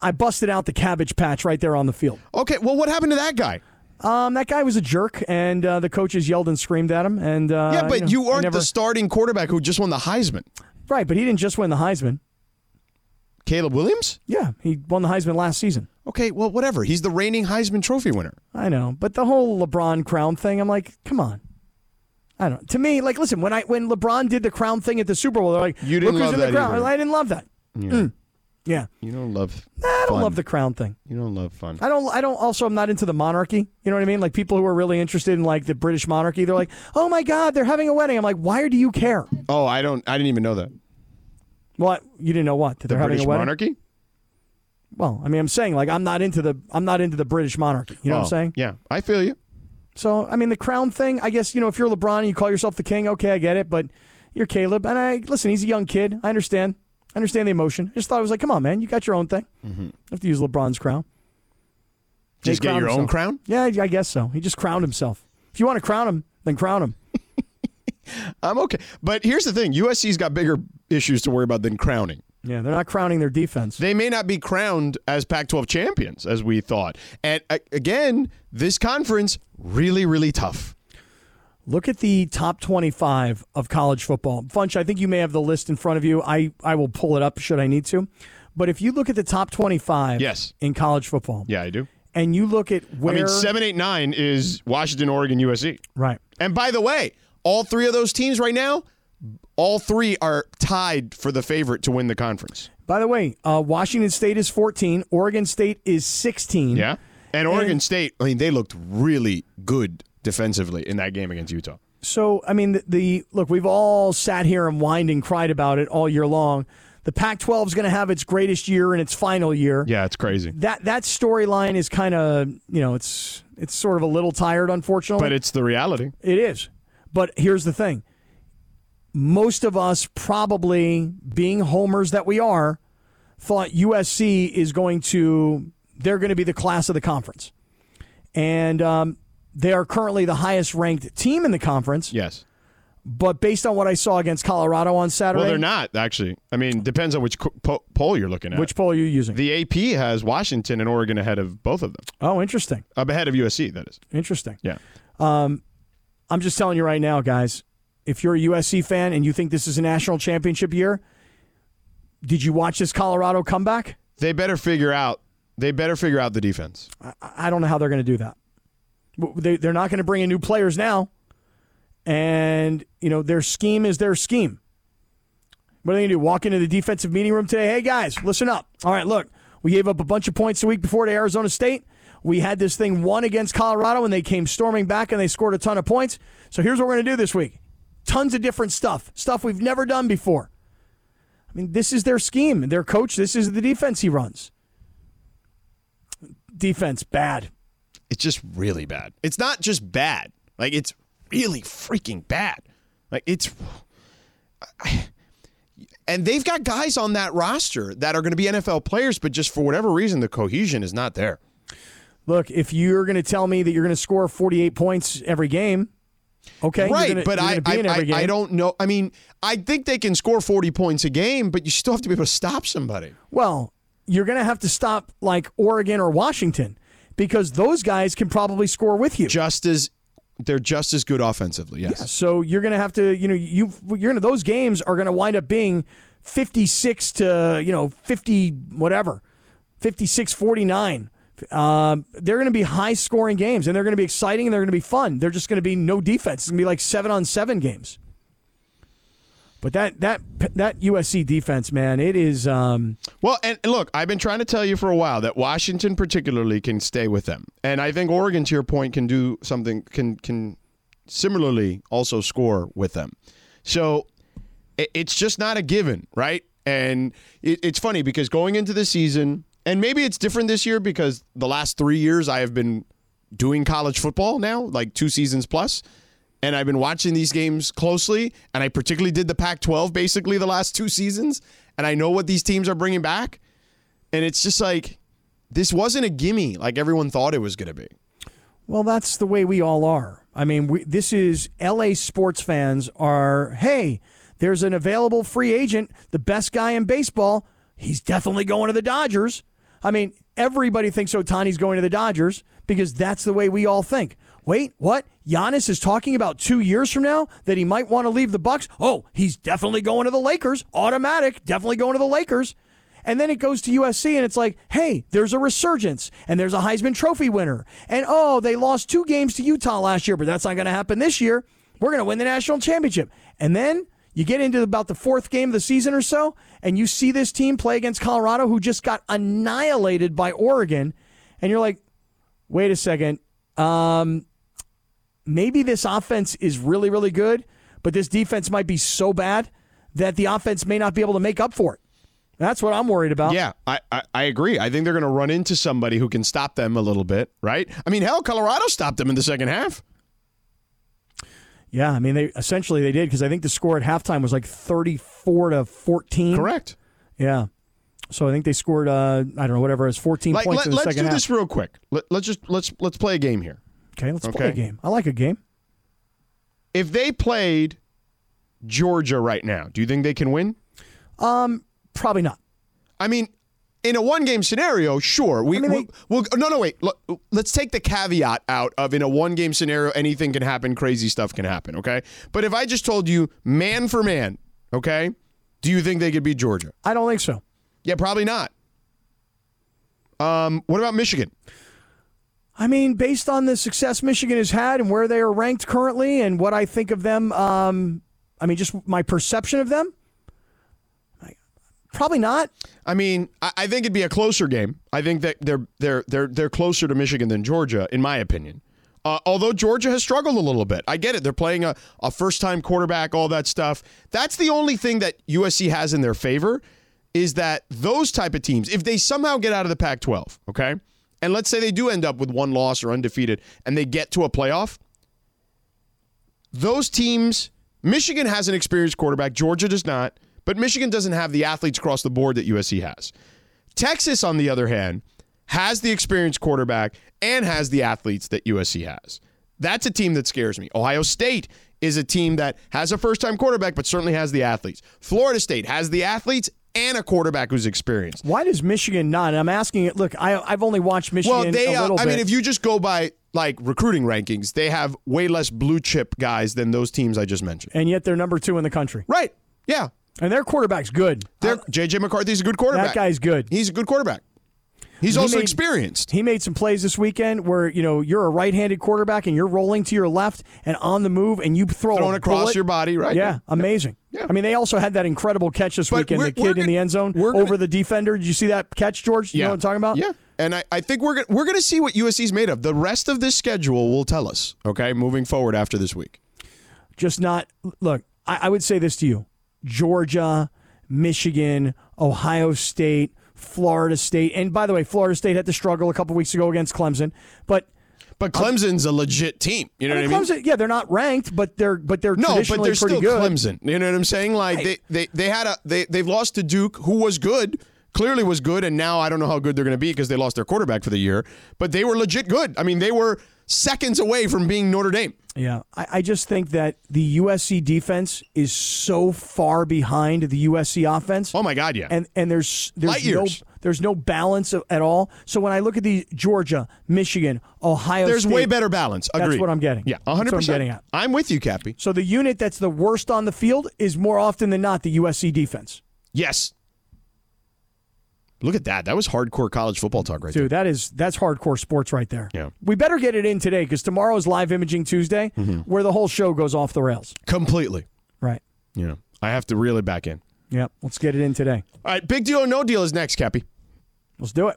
[SPEAKER 2] I busted out the cabbage patch right there on the field.
[SPEAKER 8] Okay, well, what happened to that guy?
[SPEAKER 2] Um, that guy was a jerk, and uh, the coaches yelled and screamed at him. And uh,
[SPEAKER 8] yeah, but
[SPEAKER 2] know,
[SPEAKER 8] you
[SPEAKER 2] I
[SPEAKER 8] aren't
[SPEAKER 2] never-
[SPEAKER 8] the starting quarterback who just won the Heisman.
[SPEAKER 2] right. But he didn't just win the Heisman.
[SPEAKER 8] Caleb Williams?
[SPEAKER 2] Yeah, he won the Heisman last season.
[SPEAKER 8] Okay, well, whatever. He's the reigning Heisman Trophy winner.
[SPEAKER 2] I know, but the whole LeBron crown thing, I'm like, come on. I don't. To me, like, listen, when I when LeBron did the crown thing at the Super Bowl, they're like,
[SPEAKER 8] You didn't
[SPEAKER 2] look who's
[SPEAKER 8] love
[SPEAKER 2] in the
[SPEAKER 8] that
[SPEAKER 2] crown.
[SPEAKER 8] either.
[SPEAKER 2] I didn't love that.
[SPEAKER 8] Yeah.
[SPEAKER 2] Mm. Yeah.
[SPEAKER 8] You don't love.
[SPEAKER 2] I don't
[SPEAKER 8] fun.
[SPEAKER 2] love the crown thing.
[SPEAKER 8] You don't love fun.
[SPEAKER 2] I don't. I don't. Also, I'm not into the monarchy. You know what I mean? Like people who are really interested in like the British monarchy, they're like, "Oh my God, they're having a wedding." I'm like, "Why do you care?"
[SPEAKER 8] Oh, I don't. I didn't even know that.
[SPEAKER 2] What you didn't know what that
[SPEAKER 8] The
[SPEAKER 2] they're having
[SPEAKER 8] British
[SPEAKER 2] a wedding?
[SPEAKER 8] monarchy.
[SPEAKER 2] Well, I mean, I'm saying like I'm not into the I'm not into the British monarchy. You know what I'm
[SPEAKER 8] Oh,
[SPEAKER 2] saying?
[SPEAKER 8] Yeah, I feel you.
[SPEAKER 2] So I mean, the crown thing. I guess you know if you're LeBron and you call yourself the king, okay, I get it. But you're Caleb, and I listen. He's a young kid. I understand. I understand the emotion. I just thought it was like, come on, man, you got your own thing.
[SPEAKER 8] Mhm.
[SPEAKER 2] have to use LeBron's crown.
[SPEAKER 8] Just
[SPEAKER 2] He
[SPEAKER 8] get
[SPEAKER 2] crowned
[SPEAKER 8] your own
[SPEAKER 2] himself.
[SPEAKER 8] crown.
[SPEAKER 2] Yeah, I I guess so. He just crowned himself. If you want to crown him, then crown him.
[SPEAKER 8] I'm okay. But here's the thing: USC's got bigger issues to worry about than crowning.
[SPEAKER 2] Yeah, they're not crowning their defense.
[SPEAKER 8] They may not be crowned as Pac-12 champions as we thought. And a- again, this conference really, really tough.
[SPEAKER 2] Look at the top 25 of college football. Funch, I think you may have the list in front of you. I, I will pull it up should I need to. But if you look at the top 25
[SPEAKER 8] Yes.
[SPEAKER 2] in college football
[SPEAKER 8] Yeah, I do.
[SPEAKER 2] and you look at where.
[SPEAKER 8] I mean, seven, eight, nine is Washington, Oregon, USC.
[SPEAKER 2] Right.
[SPEAKER 8] And by the way, all three of those teams right now, all three are tied for the favorite to win the conference.
[SPEAKER 2] By the way, uh, Washington State is 14, Oregon State is 16.
[SPEAKER 8] Yeah. And Oregon
[SPEAKER 2] And-
[SPEAKER 8] State, I mean, they looked really good defensively in that game against Utah.
[SPEAKER 2] So, I mean, the, the look, we've all sat here and whined and cried about it all year long. The Pac 12 is going to have its greatest year in its final year.
[SPEAKER 8] Yeah, it's crazy.
[SPEAKER 2] That that storyline is kind of, you know, it's it's sort of a little tired, unfortunately.
[SPEAKER 8] But it's the reality.
[SPEAKER 2] It is. But here's the thing most of us probably, being homers that we are, thought USC is going to, they're going to be the class of the conference. And um, they are currently the highest ranked team in the conference.
[SPEAKER 8] Yes.
[SPEAKER 2] But based on what I saw against Colorado on Saturday,
[SPEAKER 8] Well, they're not, actually. I mean, depends on which co- po- poll you're looking at.
[SPEAKER 2] which poll are you using?
[SPEAKER 8] The AP has Washington and Oregon ahead of both of them,
[SPEAKER 2] oh, interesting.
[SPEAKER 8] Uh, ahead of USC. That is,
[SPEAKER 2] Interesting.
[SPEAKER 8] yeah.
[SPEAKER 2] Um, I'm just telling you right now, guys, if you're a USC fan and you think this is a national championship year, did you watch this Colorado comeback?
[SPEAKER 8] They better figure out. They better figure out the defense.
[SPEAKER 2] I- I don't know how they're going to do that. W- They, they're not going to bring in new players now. And, you know, their scheme is their scheme. What are they going to do? Walk into the defensive meeting room today? Hey, guys, listen up. All right, look, we gave up a bunch of points the week before to Arizona State. We had this thing won against Colorado, and they came storming back and they scored a ton of points. So here's what we're going to do this week tons of different stuff, stuff we've never done before. I mean, this is their scheme, their coach, this is the defense he runs. Defense, bad.
[SPEAKER 8] It's just really bad. It's not just bad. Like it's really freaking bad. Like it's. And they've got guys on that roster that are going to be NFL players, but just for whatever reason, the cohesion is not there.
[SPEAKER 2] Look, if you're going to tell me that you're going to score 48 points every game, okay, you're
[SPEAKER 8] right,
[SPEAKER 2] gonna-
[SPEAKER 8] but
[SPEAKER 2] you're
[SPEAKER 8] I,
[SPEAKER 2] gonna be
[SPEAKER 8] I,
[SPEAKER 2] in every
[SPEAKER 8] I, I
[SPEAKER 2] game.
[SPEAKER 8] don't know. I mean, I think they can score forty points a game, but you still have to be able to stop somebody.
[SPEAKER 2] Well, you're going to have to stop like Oregon or Washington because those guys can probably score with you.
[SPEAKER 8] just as
[SPEAKER 2] They're just as good offensively. Yes.
[SPEAKER 1] So you're going to have to, you know, you you're going to those games are going to wind up being 56 to, you know, 50 whatever. 56-49. Um, they're going to be high scoring games and they're going to be exciting and they're going to be fun. They're just going to be no defense. It's going to be like 7 on 7 games. But that that that USC defense, man, it is um
[SPEAKER 2] Well, and look, I've been trying to tell you for a while that Washington particularly can stay with them. And I think Oregon to your point can do something can can similarly also score with them. So it, it's just not a given, right? And it, it's funny because going into the season, and maybe it's different this year because the last 3 years I have been doing college football now, like two seasons plus and I've been watching these games closely. And I particularly did the Pac 12 basically the last two seasons. And I know what these teams are bringing back. And it's just like, this wasn't a gimme like everyone thought it was going to be.
[SPEAKER 1] Well, that's the way we all are. I mean, we, this is LA sports fans are, hey, there's an available free agent, the best guy in baseball. He's definitely going to the Dodgers. I mean, everybody thinks Otani's going to the Dodgers because that's the way we all think. Wait, what? Giannis is talking about two years from now that he might want to leave the Bucks. Oh, he's definitely going to the Lakers. Automatic, definitely going to the Lakers. And then it goes to USC and it's like, hey, there's a resurgence and there's a Heisman Trophy winner. And oh, they lost two games to Utah last year, but that's not going to happen this year. We're going to win the national championship. And then you get into about the fourth game of the season or so, and you see this team play against Colorado, who just got annihilated by Oregon. And you're like, wait a second. Um, maybe this offense is really, really good, but this defense might be so bad that the offense may not be able to make up for it. That's what I'm worried about.
[SPEAKER 2] Yeah, I, I, I agree. I think they're going to run into somebody who can stop them a little bit, right? I mean, hell, Colorado stopped them in the second half.
[SPEAKER 1] Yeah, I mean, they essentially they did because I think the score at halftime was like 34 to 14.
[SPEAKER 2] Correct.
[SPEAKER 1] Yeah. So I think they scored, uh, I don't know, whatever it was, 14
[SPEAKER 2] Like,
[SPEAKER 1] points
[SPEAKER 2] let,
[SPEAKER 1] in the
[SPEAKER 2] us
[SPEAKER 1] second
[SPEAKER 2] do
[SPEAKER 1] half.
[SPEAKER 2] this real quick. Let, let's just let's let's play a game here.
[SPEAKER 1] Okay, let's play a
[SPEAKER 2] Okay.
[SPEAKER 1] game. I like a game.
[SPEAKER 2] If they played Georgia right now, do you think they can win?
[SPEAKER 1] Um, probably not.
[SPEAKER 2] I mean, in a one-game scenario, sure. We, we will no no wait. Look, let's take the caveat out of in a one-game scenario, anything can happen, crazy stuff can happen. Okay, but if I just told you man for man, okay, do you think they could beat Georgia?
[SPEAKER 1] I don't think so.
[SPEAKER 2] Yeah, probably not. Um, what about Michigan?
[SPEAKER 1] I mean, based on the success Michigan has had and where they are ranked currently and what I think of them, um, I mean, just my perception of them, I, probably not.
[SPEAKER 2] I mean, I, I think it'd be a closer game. I think that they're they're they're they're closer to Michigan than Georgia, in my opinion. Uh, although Georgia has struggled a little bit, I get it. They're playing a, a first time quarterback, all that stuff. That's the only thing that USC has in their favor is that those type of teams, if they somehow get out of the Pac 12, okay, and let's say they do end up with one loss or undefeated, and they get to a playoff, those teams, Michigan has an experienced quarterback, Georgia does not, but Michigan doesn't have the athletes across the board that USC has. Texas, on the other hand, has the experienced quarterback and has the athletes that USC has. That's a team that scares me. Ohio State is a team that has a first time quarterback, but certainly has the athletes. Florida State has the athletes and a quarterback who's experienced.
[SPEAKER 1] Why does Michigan not? And I'm asking it. Look, I, I've only watched Michigan
[SPEAKER 2] Well, they.
[SPEAKER 1] a
[SPEAKER 2] Uh,
[SPEAKER 1] little
[SPEAKER 2] I
[SPEAKER 1] bit.
[SPEAKER 2] mean, if you just go by like recruiting rankings, they have way less blue chip guys than those teams I just mentioned.
[SPEAKER 1] and yet they're number two in the country.
[SPEAKER 2] Right. Yeah.
[SPEAKER 1] And their quarterback's good.
[SPEAKER 2] They're, JJ McCarthy's a good quarterback.
[SPEAKER 1] That guy's good.
[SPEAKER 2] He's a good quarterback. He's
[SPEAKER 1] He
[SPEAKER 2] also
[SPEAKER 1] made-
[SPEAKER 2] experienced.
[SPEAKER 1] He made some plays this weekend where you know you're a right-handed quarterback and you're rolling to your left and on the move and you throw
[SPEAKER 2] Throwing
[SPEAKER 1] a
[SPEAKER 2] across
[SPEAKER 1] bullet.
[SPEAKER 2] your body, right?
[SPEAKER 1] Yeah, amazing. I mean, they also had that incredible catch this
[SPEAKER 2] But
[SPEAKER 1] weekend.
[SPEAKER 2] we're-
[SPEAKER 1] The kid
[SPEAKER 2] we're
[SPEAKER 1] in
[SPEAKER 2] gonna-
[SPEAKER 1] the end zone over the defender. Did you see that catch, George? You know what I'm talking about?
[SPEAKER 2] Yeah. And I, I think we're gonna, we're going to see what USC's made of. The rest of this schedule will tell us. Okay, moving forward after this week.
[SPEAKER 1] just not look I, I would say this to you georgia michigan ohio state florida state and by the way florida state had to struggle a couple weeks ago against clemson but
[SPEAKER 2] but clemson's a legit team you know what I mean?
[SPEAKER 1] clemson yeah they're not ranked but they're but they're
[SPEAKER 2] No, but
[SPEAKER 1] traditionally
[SPEAKER 2] they're
[SPEAKER 1] pretty
[SPEAKER 2] still
[SPEAKER 1] good
[SPEAKER 2] Clemson. You know what I'm saying? Like
[SPEAKER 1] Right.
[SPEAKER 2] they, they they had a they they've lost to Duke, who was good, clearly was good, and now I don't know how good they're going to be because they lost their quarterback for the year. But they were legit good. I mean, they were seconds away from being Notre Dame.
[SPEAKER 1] yeah I, I just think that the usc defense is so far behind the usc offense
[SPEAKER 2] oh my god yeah
[SPEAKER 1] and and there's
[SPEAKER 2] Light
[SPEAKER 1] there's no
[SPEAKER 2] years.
[SPEAKER 1] There's no balance of, at all. So when I look at these Georgia, Michigan, Ohio,
[SPEAKER 2] There's
[SPEAKER 1] State,
[SPEAKER 2] way better balance. Agreed.
[SPEAKER 1] That's what I'm getting.
[SPEAKER 2] Yeah,
[SPEAKER 1] That's
[SPEAKER 2] 100%.
[SPEAKER 1] what I'm getting at.
[SPEAKER 2] I'm with you, Cappy.
[SPEAKER 1] So the unit that's the worst on the field is more often than not the USC defense.
[SPEAKER 2] Yes. Look at that. That was hardcore college football talk right
[SPEAKER 1] Dude, that is that's hardcore sports right there.
[SPEAKER 2] Yeah.
[SPEAKER 1] We better get it in today because tomorrow is live imaging Tuesday,
[SPEAKER 2] Mhm.
[SPEAKER 1] where the whole show goes off the rails.
[SPEAKER 2] there. Completely.
[SPEAKER 1] Right.
[SPEAKER 2] You know, I have to reel it back in.
[SPEAKER 1] Yep. Let's get it in today.
[SPEAKER 2] All right, big deal or no deal is next, Cappy.
[SPEAKER 1] Let's do it.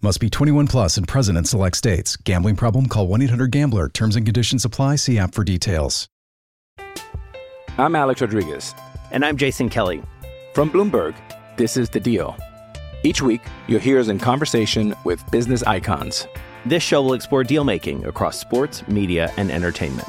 [SPEAKER 9] Must be 21 plus and present in select states. Gambling problem? Call 1 800 Gambler. Terms and conditions apply. See app for details.
[SPEAKER 10] I'm Alex Rodriguez.
[SPEAKER 11] And I'm Jason Kelly.
[SPEAKER 10] From Bloomberg, this is The Deal. Each week, you'll hear us in conversation with business icons.
[SPEAKER 11] This show will explore deal making across sports, media, and entertainment.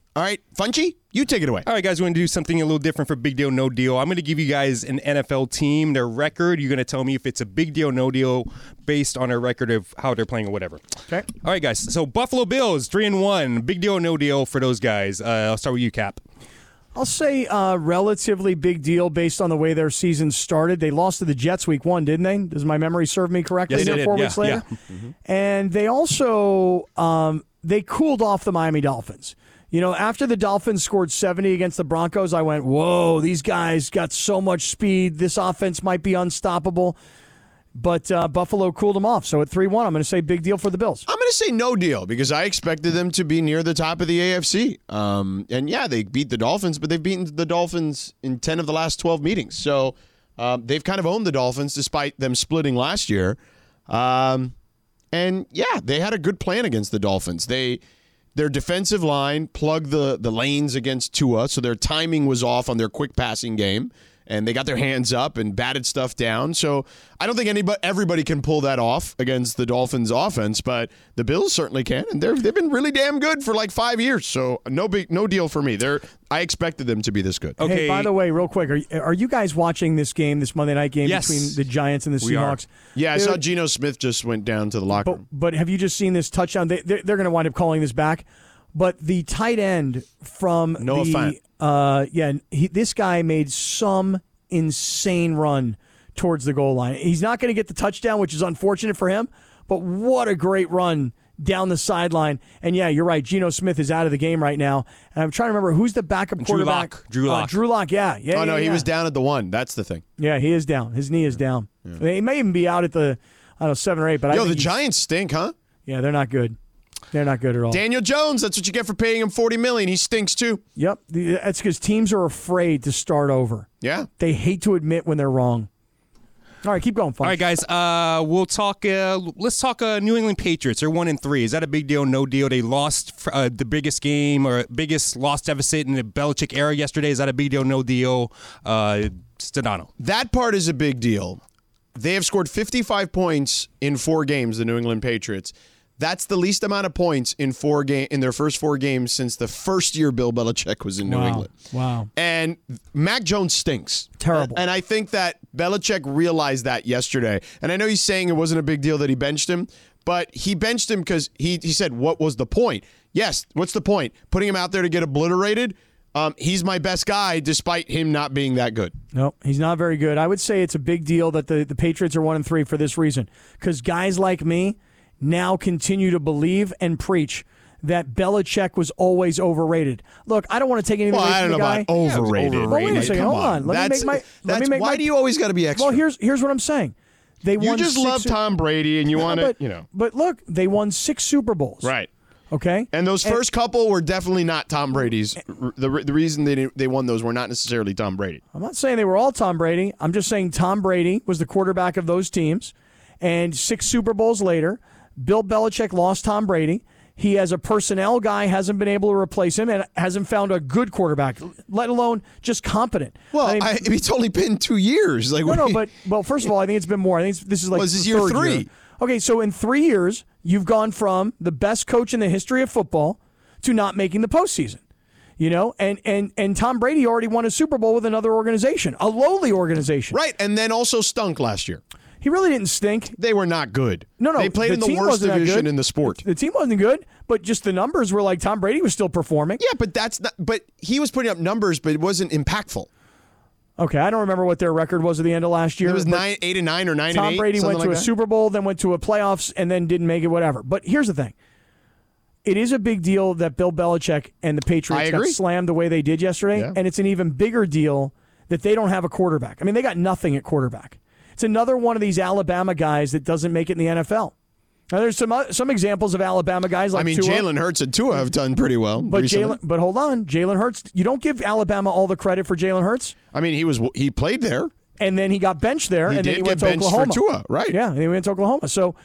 [SPEAKER 2] All right, Funchy, you take it away.
[SPEAKER 5] All right, guys, we're going to do something a little different for Big Deal, No Deal. I'm going to give you guys an NFL team, their record. You're going to tell me if it's a Big Deal, No Deal based on their record of how they're playing or whatever.
[SPEAKER 1] Okay.
[SPEAKER 5] All right, guys. So Buffalo Bills, 3 and 1. Big Deal, No Deal for those guys. Uh, I'll start with you, Cap.
[SPEAKER 1] I'll say uh, relatively big deal based on the way their season started. They lost to the Jets week one, didn't they? Does my memory serve me correctly?
[SPEAKER 5] Yes, they
[SPEAKER 1] there
[SPEAKER 5] did.
[SPEAKER 1] Four
[SPEAKER 5] Yeah,
[SPEAKER 1] weeks later,
[SPEAKER 5] yeah. Mm-hmm.
[SPEAKER 1] and they also um, they cooled off the Miami Dolphins. You know, after the Dolphins scored seventy against the Broncos, I went, "Whoa, these guys got so much speed. This offense might be unstoppable." But uh, Buffalo cooled them off. So at three one, I'm going to say big deal for the Bills.
[SPEAKER 2] I'm going to say no deal because I expected them to be near the top of the AFC. Um, and yeah, they beat the Dolphins, but they've beaten the Dolphins in 10 of the last 12 meetings. So um, they've kind of owned the Dolphins despite them splitting last year. Um, and yeah, they had a good plan against the Dolphins. They their defensive line plugged the the lanes against Tua, so their timing was off on their quick passing game, and they got their hands up and batted stuff down. So I don't think anybody everybody can pull that off against the Dolphins' offense, but the Bills certainly can, and they're, they've been really damn good for like five years. So no big no deal for me. They're I expected them to be this good.
[SPEAKER 1] Hey, by the way, real quick, are, are you guys watching this game, this Monday night game
[SPEAKER 2] Yes.
[SPEAKER 1] between the Giants and the Seahawks?
[SPEAKER 2] Yeah, I saw
[SPEAKER 1] Dude,
[SPEAKER 2] Geno Smith just went down to the locker room.
[SPEAKER 1] But have you just seen this touchdown? They, they're they're going to wind up calling this back. But the tight end from
[SPEAKER 2] Noah
[SPEAKER 1] the
[SPEAKER 2] Fant.
[SPEAKER 1] uh, yeah, he, this guy made some insane run towards the goal line. He's not going to get the touchdown, which is unfortunate for him. But what a great run down the sideline! And yeah, you're right. Geno Smith is out of the game right now, and I'm trying to remember who's the backup quarterback.
[SPEAKER 2] Lock. Drew
[SPEAKER 1] Uh,
[SPEAKER 2] Lock.
[SPEAKER 1] Drew Lock. Yeah, yeah.
[SPEAKER 2] oh no,
[SPEAKER 1] yeah,
[SPEAKER 2] he
[SPEAKER 1] yeah.
[SPEAKER 2] was down at the one. That's the thing.
[SPEAKER 1] Yeah, he is down. His knee is down. He may even be out at the I don't know seven or eight. But I
[SPEAKER 2] Yo,
[SPEAKER 1] think
[SPEAKER 2] the
[SPEAKER 1] he's-
[SPEAKER 2] Giants stink, huh?
[SPEAKER 1] Yeah, they're not good. They're not good at all.
[SPEAKER 2] Daniel Jones, that's what you get for paying him forty million. He stinks too.
[SPEAKER 1] Yep, the- uh, that's because teams are afraid to start over.
[SPEAKER 2] Yeah.
[SPEAKER 1] They hate to admit when they're wrong. All right, keep going. Fun.
[SPEAKER 5] All right, guys. Uh, we'll talk. Uh, let's talk uh, New England Patriots. They're one and three. Is that a big deal? No deal. They lost uh, the biggest game or biggest loss deficit in the Belichick era yesterday. Is that a big deal? No deal. Uh, Stadano.
[SPEAKER 2] That part is a big deal. They have scored 55 points in four games, the New England Patriots. That's the least amount of points in four game in their first four games since the first year Bill Belichick was in New
[SPEAKER 1] Wow.
[SPEAKER 2] England.
[SPEAKER 1] Wow.
[SPEAKER 2] And Mac Jones stinks.
[SPEAKER 1] Terrible.
[SPEAKER 2] And I think that Belichick realized that yesterday. And I know he's saying it wasn't a big deal that he benched him, but he benched him because he, he said, What was the point? Yes, what's the point? Putting him out there to get obliterated? Um, he's my best guy despite him not being that good.
[SPEAKER 1] No, he's not very good. I would say it's a big deal that the, the Patriots are one and three for this reason. Because guys like me now continue to believe and preach that Belichick was always overrated. Look, I don't want to take anything
[SPEAKER 2] Well,
[SPEAKER 1] away
[SPEAKER 2] I
[SPEAKER 1] from
[SPEAKER 2] don't
[SPEAKER 1] the
[SPEAKER 2] know
[SPEAKER 1] guy.
[SPEAKER 2] about overrated.
[SPEAKER 1] Well, wait a
[SPEAKER 2] Overrated.
[SPEAKER 1] second.
[SPEAKER 2] Come
[SPEAKER 1] Hold on.
[SPEAKER 2] on.
[SPEAKER 1] Let
[SPEAKER 2] That's-
[SPEAKER 1] me make my. let me
[SPEAKER 2] that's-
[SPEAKER 1] make
[SPEAKER 2] why
[SPEAKER 1] my-
[SPEAKER 2] do you always gotta be
[SPEAKER 1] Well,
[SPEAKER 2] extra?
[SPEAKER 1] here's here's what I'm saying. They
[SPEAKER 2] You
[SPEAKER 1] won
[SPEAKER 2] just
[SPEAKER 1] six
[SPEAKER 2] love
[SPEAKER 1] Su-
[SPEAKER 2] Tom Brady and you
[SPEAKER 1] No,
[SPEAKER 2] wanna-
[SPEAKER 1] but-
[SPEAKER 2] you know.
[SPEAKER 1] But look, they won six Super Bowls.
[SPEAKER 2] Right.
[SPEAKER 1] Okay.
[SPEAKER 2] And those
[SPEAKER 1] And-
[SPEAKER 2] first couple were definitely not Tom Brady's. R- The, re- the reason they didn't, they won those were not necessarily Tom Brady.
[SPEAKER 1] I'm not saying they were all Tom Brady. I'm just saying Tom Brady was the quarterback of those teams. And six Super Bowls later, Bill Belichick lost Tom Brady. He, as a personnel guy, hasn't been able to replace him and hasn't found a good quarterback, let alone just competent.
[SPEAKER 2] Well, I- it's only been two years. Like,
[SPEAKER 1] no,
[SPEAKER 2] what do
[SPEAKER 1] no,
[SPEAKER 2] you-
[SPEAKER 1] but well, first of all, I think it's been more. I think it's, this is like
[SPEAKER 2] Well, this is
[SPEAKER 1] the
[SPEAKER 2] year
[SPEAKER 1] third
[SPEAKER 2] three.
[SPEAKER 1] year. Okay, so in three years, you've gone from the best coach in the history of football to not making the postseason. You know, and and and Tom Brady already won a Super Bowl with another organization, a lowly organization.
[SPEAKER 2] Right, and then also stunk last year.
[SPEAKER 1] He really didn't stink.
[SPEAKER 2] They were not good.
[SPEAKER 1] No, no,
[SPEAKER 2] They played in the
[SPEAKER 1] team
[SPEAKER 2] worst
[SPEAKER 1] wasn't that
[SPEAKER 2] division
[SPEAKER 1] good.
[SPEAKER 2] in the sport.
[SPEAKER 1] The team wasn't good, but just the numbers were like Tom Brady was still performing.
[SPEAKER 2] Yeah, but that's not. But he was putting up numbers, but it wasn't impactful.
[SPEAKER 1] Okay, I don't remember what their record was at the end of last year.
[SPEAKER 2] It was
[SPEAKER 1] but-
[SPEAKER 2] nine, eight, and nine, or nine.
[SPEAKER 1] Tom
[SPEAKER 2] and eight,
[SPEAKER 1] Brady went
[SPEAKER 2] something
[SPEAKER 1] to
[SPEAKER 2] like
[SPEAKER 1] a
[SPEAKER 2] that.
[SPEAKER 1] Super Bowl, then went to a playoffs, and then didn't make it. Whatever. But here's the thing: it is a big deal that Bill Belichick and the
[SPEAKER 2] I
[SPEAKER 1] Patriots got
[SPEAKER 2] agree.
[SPEAKER 1] slammed the way they did yesterday,
[SPEAKER 2] Yeah.
[SPEAKER 1] and it's an even bigger deal that they don't have a quarterback. I mean, they got nothing at quarterback. It's another one of these Alabama guys that doesn't make it in the NFL. Now, there's some o- some examples of Alabama guys like
[SPEAKER 2] I mean,
[SPEAKER 1] Tua.
[SPEAKER 2] Jalen Hurts and Tua have done pretty well.
[SPEAKER 1] But
[SPEAKER 2] recently.
[SPEAKER 1] Jalen, but hold on, Jalen Hurts. You don't give Alabama all the credit for Jalen Hurts,
[SPEAKER 2] I mean, he was he played there.
[SPEAKER 1] and then he got benched there,
[SPEAKER 2] He
[SPEAKER 1] and then
[SPEAKER 2] did
[SPEAKER 1] he
[SPEAKER 2] get
[SPEAKER 1] went to
[SPEAKER 2] benched for
[SPEAKER 1] Oklahoma.
[SPEAKER 2] Tua, right.
[SPEAKER 1] Yeah, and he went to Oklahoma. So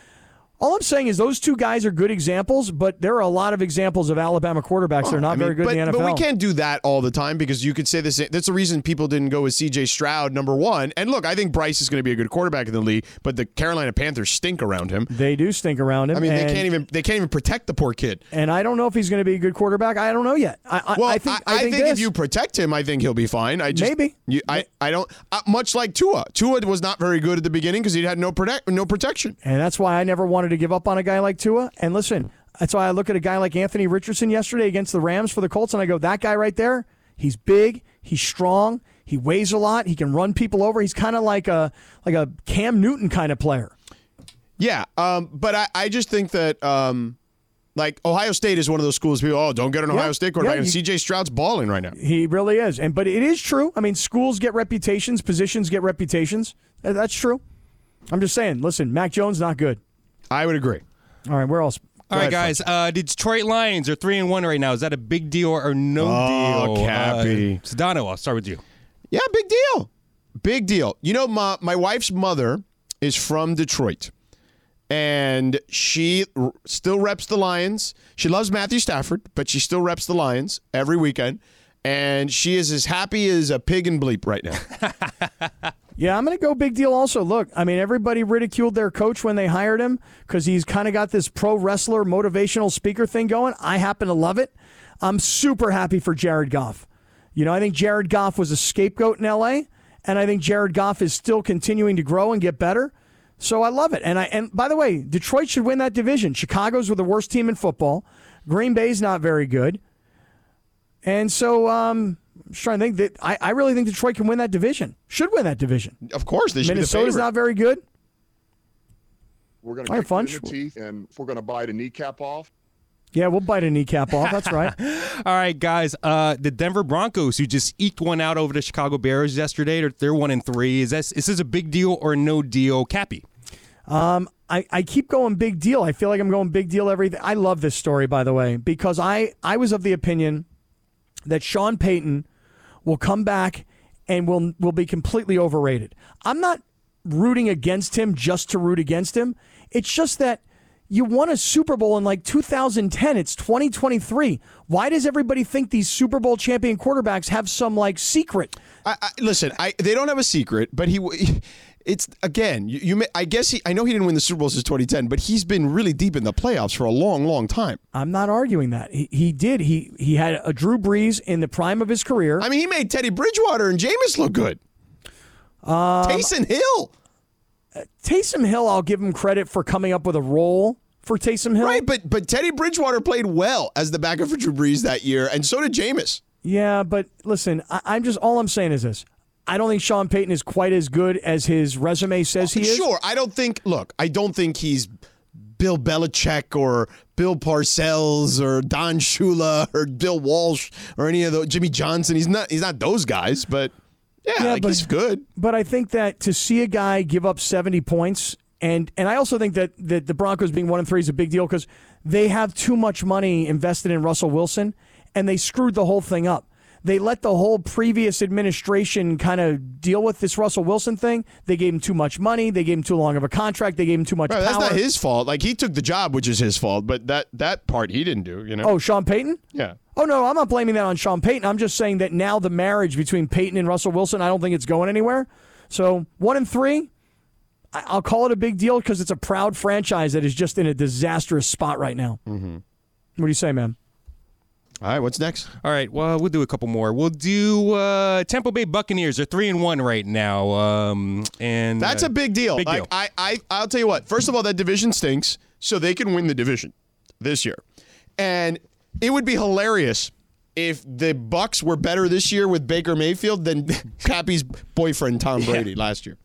[SPEAKER 1] all I'm saying is those two guys are good examples, but there are a lot of examples of Alabama quarterbacks that are not
[SPEAKER 2] I mean,
[SPEAKER 1] very good
[SPEAKER 2] but,
[SPEAKER 1] in the NFL.
[SPEAKER 2] but we can't do that all the time because you could say this. That's the reason people didn't go with C.J. Stroud, number one. And look, I think Bryce is going to be a good quarterback in the league, but the Carolina Panthers stink around him.
[SPEAKER 1] They do stink around him.
[SPEAKER 2] I mean,
[SPEAKER 1] and,
[SPEAKER 2] they can't even they can't even protect the poor kid.
[SPEAKER 1] And I don't know if he's going to be a good quarterback. I don't know yet. I, I,
[SPEAKER 2] Well,
[SPEAKER 1] I think I, think,
[SPEAKER 2] if
[SPEAKER 1] this-
[SPEAKER 2] you protect him, I think he'll be fine. I just,
[SPEAKER 1] Maybe.
[SPEAKER 2] you, I, I don't uh, much like Tua. Tua was not very good at the beginning because he had no protect no protection.
[SPEAKER 1] And that's why I never wanted to give up on a guy like Tua. And listen, that's why I look at a guy like Anthony Richardson yesterday against the Rams for the Colts, and I go, that guy right there, he's big, he's strong, he weighs a lot, he can run people over. He's kind of like a like a Cam Newton kind of player.
[SPEAKER 2] Yeah, um, but I, I just think that um, like Ohio State is one of those schools. People, oh, don't get an
[SPEAKER 1] Yeah,
[SPEAKER 2] Ohio State quarterback.
[SPEAKER 1] yeah,
[SPEAKER 2] and
[SPEAKER 1] you-
[SPEAKER 2] C.J. Stroud's balling right now.
[SPEAKER 1] He really is. And but it is true. I mean, schools get reputations, positions get reputations. Uh, That's true. I'm just saying. Listen, Mac Jones not good.
[SPEAKER 2] I would agree.
[SPEAKER 1] All right, where else?
[SPEAKER 5] All right, guys. Uh, the Detroit Lions are three and one right now. Is that a big deal or no
[SPEAKER 2] Oh,
[SPEAKER 5] deal?
[SPEAKER 2] Cappy.
[SPEAKER 5] Uh, Sedano, I'll start with you.
[SPEAKER 2] Yeah, big deal. Big deal. You know, my, my wife's mother is from Detroit, and she r- still reps the Lions. She loves Matthew Stafford, but she still reps the Lions every weekend, and she is as happy as a pig in bleep right now.
[SPEAKER 1] Yeah, I'm going to go big deal also. Look, I mean, everybody ridiculed their coach when they hired him because he's kind of got this pro wrestler motivational speaker thing going. I happen to love it. I'm super happy for Jared Goff. You know, I think Jared Goff was a scapegoat in LA, and I think Jared Goff is still continuing to grow and get better. So I love it. And I and by the way, Detroit should win that division. Chicago's were the worst team in football. Green Bay's not very good. And so um I'm just trying to think that I, I really think Detroit can win that division. Should win that division.
[SPEAKER 2] Of course, they should
[SPEAKER 1] Minnesota's
[SPEAKER 2] be the favorite.
[SPEAKER 1] not very good.
[SPEAKER 12] We're going to
[SPEAKER 1] All right,
[SPEAKER 12] kick you in
[SPEAKER 1] Funch.
[SPEAKER 12] the teeth, and if we're going to bite a kneecap off,
[SPEAKER 1] Yeah, we'll bite a kneecap off. That's right.
[SPEAKER 5] All right, guys. Uh, the Denver Broncos, who just eked one out over the Chicago Bears yesterday, they're, they're one and three. Is that is this a big deal or no deal, Cappy?
[SPEAKER 1] Um, I, I keep going big deal. I feel like I'm going big deal everything. I love this story, by the way, because I, I was of the opinion that Sean Payton will come back and will will be completely overrated. I'm not rooting against him just to root against him. It's just that you won a Super Bowl in like 2010. It's 2023. Why does everybody think these Super Bowl champion quarterbacks have some like secret?
[SPEAKER 2] I, I, listen, I, they don't have a secret, but he. w- It's again, you, you may, I guess he. I know he didn't win the Super Bowl since 2010, but he's been really deep in the playoffs for a long, long time.
[SPEAKER 1] I'm not arguing that. He, he did. He he had a Drew Brees in the prime of his career.
[SPEAKER 2] I mean, he made Teddy Bridgewater and Jameis look good.
[SPEAKER 1] Um,
[SPEAKER 2] Taysom Hill.
[SPEAKER 1] Taysom Hill, I'll give him credit for coming up with a role for Taysom Hill.
[SPEAKER 2] Right, but but Teddy Bridgewater played well as the backup for Drew Brees that year, and so did Jameis.
[SPEAKER 1] Yeah, but listen, I, I'm just all I'm saying is this. I don't think Sean Payton is quite as good as his resume says he is.
[SPEAKER 2] Sure, I don't think. Look, I don't think he's Bill Belichick or Bill Parcells or Don Shula or Bill Walsh or any of those. Jimmy Johnson. He's not. He's not those guys. But yeah, like, he's good.
[SPEAKER 1] But I think that to see a guy give up 70 points And and I also think that, that the Broncos being one and three is a big deal because they have too much money invested in Russell Wilson and they screwed the whole thing up. They let the whole previous administration kind of deal with this Russell Wilson thing. They gave him too much money. They gave him too long of a contract. They gave him too much
[SPEAKER 2] Right, that's
[SPEAKER 1] power.
[SPEAKER 2] not his fault. Like he took the job, which is his fault, but that that part he didn't do. You know.
[SPEAKER 1] Oh, Sean Payton?
[SPEAKER 2] Yeah.
[SPEAKER 1] Oh no, I'm not blaming that on Sean Payton. I'm just saying that now the marriage between Payton and Russell Wilson, I don't think it's going anywhere. So one and three, I- I'll call it a big deal because it's a proud franchise that is just in a disastrous spot right now.
[SPEAKER 2] Mm-hmm.
[SPEAKER 1] What do you say, man?
[SPEAKER 2] All right, what's next?
[SPEAKER 5] All right, well, we'll do a couple more. We'll do uh, Tampa Bay Buccaneers. They're three and one right now, um, and
[SPEAKER 2] That's
[SPEAKER 5] uh,
[SPEAKER 2] a big deal.
[SPEAKER 5] Big
[SPEAKER 2] like
[SPEAKER 5] deal.
[SPEAKER 2] I, I, I'll tell you what. First of all, that division stinks, so they can win the division this year, and it would be hilarious if the Bucks were better this year with Baker Mayfield than Cappy's boyfriend Tom Brady last year.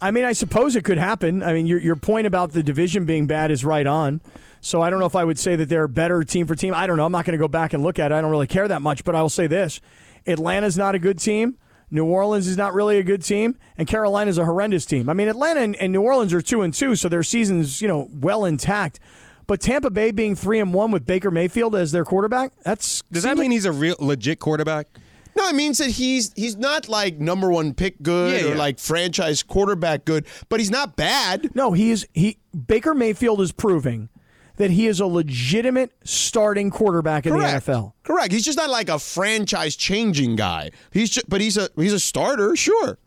[SPEAKER 1] I mean, I suppose it could happen. I mean, your your point about the division being bad is right on. So I don't know if I would say that they're a better team for team. I don't know. I'm not going to go back and look at it. I don't really care that much. But I will say this: Atlanta's not a good team. New Orleans is not really a good team, and Carolina's a horrendous team. I mean, Atlanta and, and New Orleans are two and two, so their seasons you know well intact. But Tampa Bay being three and one with Baker Mayfield as their quarterback, that's
[SPEAKER 5] Does that mean he's a real legit quarterback?
[SPEAKER 2] No, it means that he's he's not like number one pick good
[SPEAKER 5] Yeah,
[SPEAKER 2] or
[SPEAKER 5] yeah.
[SPEAKER 2] like franchise quarterback good, but he's not bad.
[SPEAKER 1] No, he is he Baker Mayfield is proving that he is a legitimate starting quarterback in
[SPEAKER 2] Correct.
[SPEAKER 1] the NFL.
[SPEAKER 2] Correct. He's just not like a franchise changing guy. He's just, but he's a he's a starter, sure.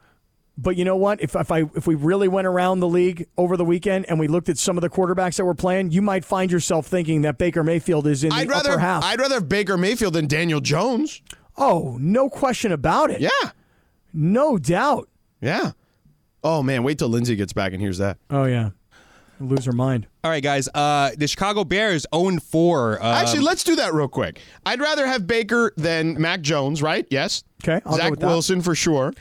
[SPEAKER 1] But you know what? If, if I if we really went around the league over the weekend and we looked at some of the quarterbacks that were playing, you might find yourself thinking that Baker Mayfield is in the
[SPEAKER 2] I'd rather
[SPEAKER 1] upper half.
[SPEAKER 2] I'd rather have Baker Mayfield than Daniel Jones.
[SPEAKER 1] oh, no question about it.
[SPEAKER 2] Yeah.
[SPEAKER 1] No doubt.
[SPEAKER 2] Yeah. Oh man, wait till Lindsay gets back and hears that.
[SPEAKER 1] Oh yeah. Lose her mind.
[SPEAKER 5] All right, guys. Uh, the Chicago Bears 0 4. Um,
[SPEAKER 2] Actually, let's do that real quick. I'd rather have Baker than Mac Jones, right? Yes.
[SPEAKER 1] Okay. I'll go
[SPEAKER 2] Zach
[SPEAKER 1] with that.
[SPEAKER 2] Wilson for sure.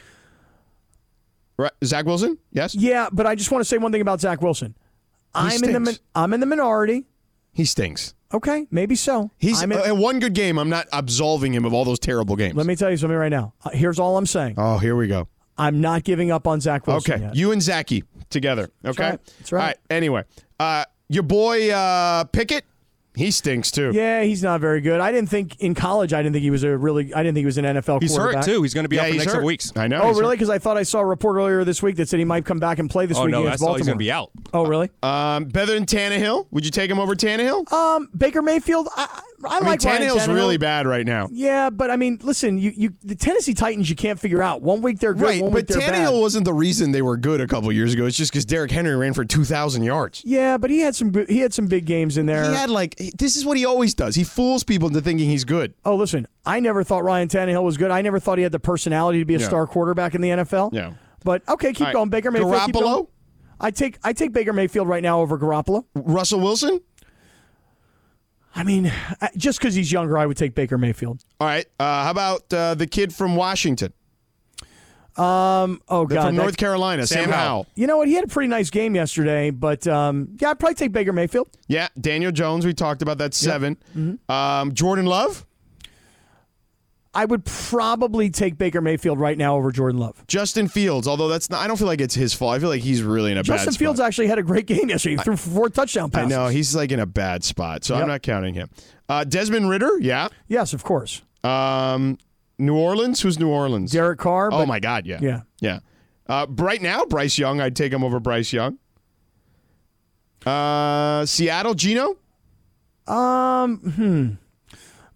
[SPEAKER 2] Right. Zach Wilson? Yes.
[SPEAKER 1] Yeah, but I just want to say one thing about Zach Wilson. I'm in the min-
[SPEAKER 2] stinks.
[SPEAKER 1] I'm in the minority.
[SPEAKER 2] He stinks.
[SPEAKER 1] Okay, maybe so.
[SPEAKER 2] He's
[SPEAKER 1] I'm in-
[SPEAKER 2] uh, in one good game. I'm not absolving him of all those terrible games.
[SPEAKER 1] Let me tell you something right now. Uh, Here's all I'm saying.
[SPEAKER 2] Oh, here we go.
[SPEAKER 1] I'm not giving up on Zach Wilson
[SPEAKER 2] Okay,
[SPEAKER 1] yet.
[SPEAKER 2] you and Zachy together. Okay,
[SPEAKER 1] right. That's right.
[SPEAKER 2] All right. Anyway, uh, your boy uh, Pickett, he stinks too.
[SPEAKER 1] Yeah, he's not very good. I didn't think in college. I didn't think he was a really. I didn't think he was an NFL.
[SPEAKER 5] He's hurt,
[SPEAKER 1] quarterback.
[SPEAKER 5] too. He's going to be
[SPEAKER 2] Yeah,
[SPEAKER 5] out for the
[SPEAKER 2] he's
[SPEAKER 5] next couple
[SPEAKER 2] hurt.
[SPEAKER 5] weeks.
[SPEAKER 2] I know.
[SPEAKER 1] Oh,
[SPEAKER 2] he's
[SPEAKER 1] really? Because I thought I saw a report earlier this week that said he might come back and play this
[SPEAKER 5] Oh,
[SPEAKER 1] week
[SPEAKER 5] no.
[SPEAKER 1] against
[SPEAKER 5] That's all he's
[SPEAKER 1] Baltimore.
[SPEAKER 5] going to be out.
[SPEAKER 1] Oh, really?
[SPEAKER 2] hurt. Um, better than Tannehill? Would you take him over Tannehill?
[SPEAKER 1] Um, Baker Mayfield. I, I, I
[SPEAKER 2] I mean,
[SPEAKER 1] like Ryan
[SPEAKER 2] Tannehill's
[SPEAKER 1] Tannehill.
[SPEAKER 2] really bad right now.
[SPEAKER 1] Yeah, but I mean, listen, you, you the Tennessee Titans, you can't figure out. One week they're good,
[SPEAKER 2] Right,
[SPEAKER 1] one
[SPEAKER 2] but
[SPEAKER 1] week they're
[SPEAKER 2] Tannehill
[SPEAKER 1] bad.
[SPEAKER 2] wasn't the reason they were good a couple years ago. It's just because Derrick Henry ran for two thousand yards.
[SPEAKER 1] yeah, but he had some good- he had some big games in there.
[SPEAKER 2] He had like this is what he always does. He fools people into thinking he's good.
[SPEAKER 1] Oh, listen, I never thought Ryan Tannehill was good. I never thought he had the personality to be a
[SPEAKER 2] Yeah.
[SPEAKER 1] star quarterback in the NFL.
[SPEAKER 2] Yeah.
[SPEAKER 1] But okay, keep
[SPEAKER 2] All right.
[SPEAKER 1] going, Baker Mayfield. keep
[SPEAKER 2] Garoppolo?
[SPEAKER 1] going. I take I take Baker Mayfield right now over Garoppolo.
[SPEAKER 2] Russell Wilson.
[SPEAKER 1] I mean, I- just because he's younger, I would take Baker Mayfield.
[SPEAKER 2] All right. Uh, how about uh, the kid from Washington,
[SPEAKER 1] Um, oh
[SPEAKER 2] The-
[SPEAKER 1] god,
[SPEAKER 2] from
[SPEAKER 1] that-
[SPEAKER 2] North Carolina, Sam,
[SPEAKER 5] Sam Howell.
[SPEAKER 2] Howell?
[SPEAKER 1] You know what? He had a pretty nice game yesterday, but um, yeah, I'd probably take Baker Mayfield.
[SPEAKER 2] Yeah, Daniel Jones. We talked about that seven.
[SPEAKER 1] Mm-hmm.
[SPEAKER 2] Um, Jordan Love.
[SPEAKER 1] I would probably take Baker Mayfield right now over Jordan Love.
[SPEAKER 2] Justin Fields, although that's not, I don't feel like it's his fault. I feel like he's really in a
[SPEAKER 1] Justin
[SPEAKER 2] bad spot.
[SPEAKER 1] Fields actually had a great game yesterday. He threw four touchdown
[SPEAKER 2] I
[SPEAKER 1] passes.
[SPEAKER 2] know he's like in a bad spot, so
[SPEAKER 1] Yep.
[SPEAKER 2] I'm not counting him. Uh, Desmond Ritter, yeah.
[SPEAKER 1] Yes, of course.
[SPEAKER 2] Um, New Orleans, who's New Orleans?
[SPEAKER 1] Derek Carr.
[SPEAKER 2] oh
[SPEAKER 1] but-
[SPEAKER 2] my God, yeah,
[SPEAKER 1] Yeah.
[SPEAKER 2] yeah. Uh, right now, Bryce Young, I'd take him over Bryce Young. Uh, Seattle, Gino.
[SPEAKER 1] Um, hmm.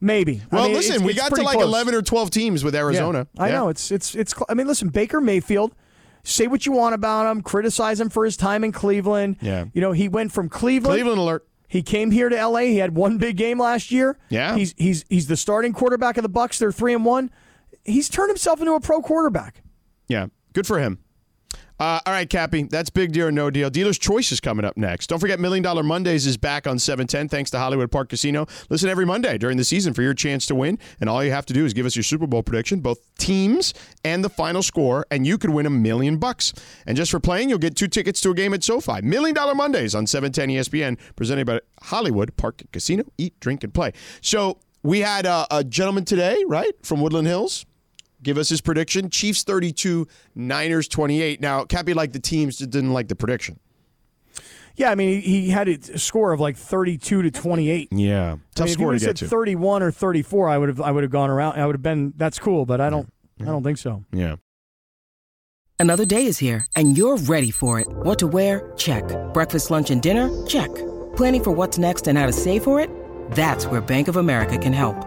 [SPEAKER 1] Maybe. I
[SPEAKER 2] Well,
[SPEAKER 1] mean,
[SPEAKER 2] listen,
[SPEAKER 1] it's-
[SPEAKER 2] we
[SPEAKER 1] it's
[SPEAKER 2] got to
[SPEAKER 1] pretty
[SPEAKER 2] like
[SPEAKER 1] close.
[SPEAKER 2] 11 or 12 teams with
[SPEAKER 1] Yeah.
[SPEAKER 2] Arizona.
[SPEAKER 1] I
[SPEAKER 2] Yeah.
[SPEAKER 1] know it's it's it's. cl- I mean, listen, Baker Mayfield. Say what you want about him. Criticize him for his time in Cleveland.
[SPEAKER 2] Yeah.
[SPEAKER 1] You know, he went from Cleveland.
[SPEAKER 2] Cleveland alert.
[SPEAKER 1] He came here to L.A. He had one big game last year.
[SPEAKER 2] Yeah.
[SPEAKER 1] He's he's he's the starting quarterback of the Bucks. They're three and one. He's turned himself into a pro quarterback.
[SPEAKER 2] Yeah, good for him. Uh, all right, Cappy, that's Big Deal or No Deal. Dealer's Choice is coming up next. Don't forget, Million Dollar Mondays is back on 710 thanks to Hollywood Park Casino. Listen every Monday during the season for your chance to win. And all you have to do is give us your Super Bowl prediction, both teams and the final score, and you could win a million bucks. And just for playing, you'll get two tickets to a game at SoFi. Million Dollar Mondays on E 710 ESPN, presented by Hollywood Park Casino. Eat, drink, and play. So we had a, a gentleman today, right, from Woodland Hills give us his prediction. Chiefs 32, Niners 28. Now, Cappy liked the teams, just didn't like the prediction.
[SPEAKER 1] Yeah, I mean, he he had a score of like 32 to 28.
[SPEAKER 2] Yeah.
[SPEAKER 1] I
[SPEAKER 2] Tough
[SPEAKER 1] mean,
[SPEAKER 2] score to
[SPEAKER 1] if you
[SPEAKER 2] get
[SPEAKER 1] would've
[SPEAKER 2] to.
[SPEAKER 1] said 31 or 34, I would have I would have gone around. I would have been that's cool, but I don't I don't think so.
[SPEAKER 2] Yeah.
[SPEAKER 13] Another day is here, and you're ready for it. What to wear? Check. Breakfast, lunch, and dinner? Check. Planning for what's next and how to save for it? That's where Bank of America can help.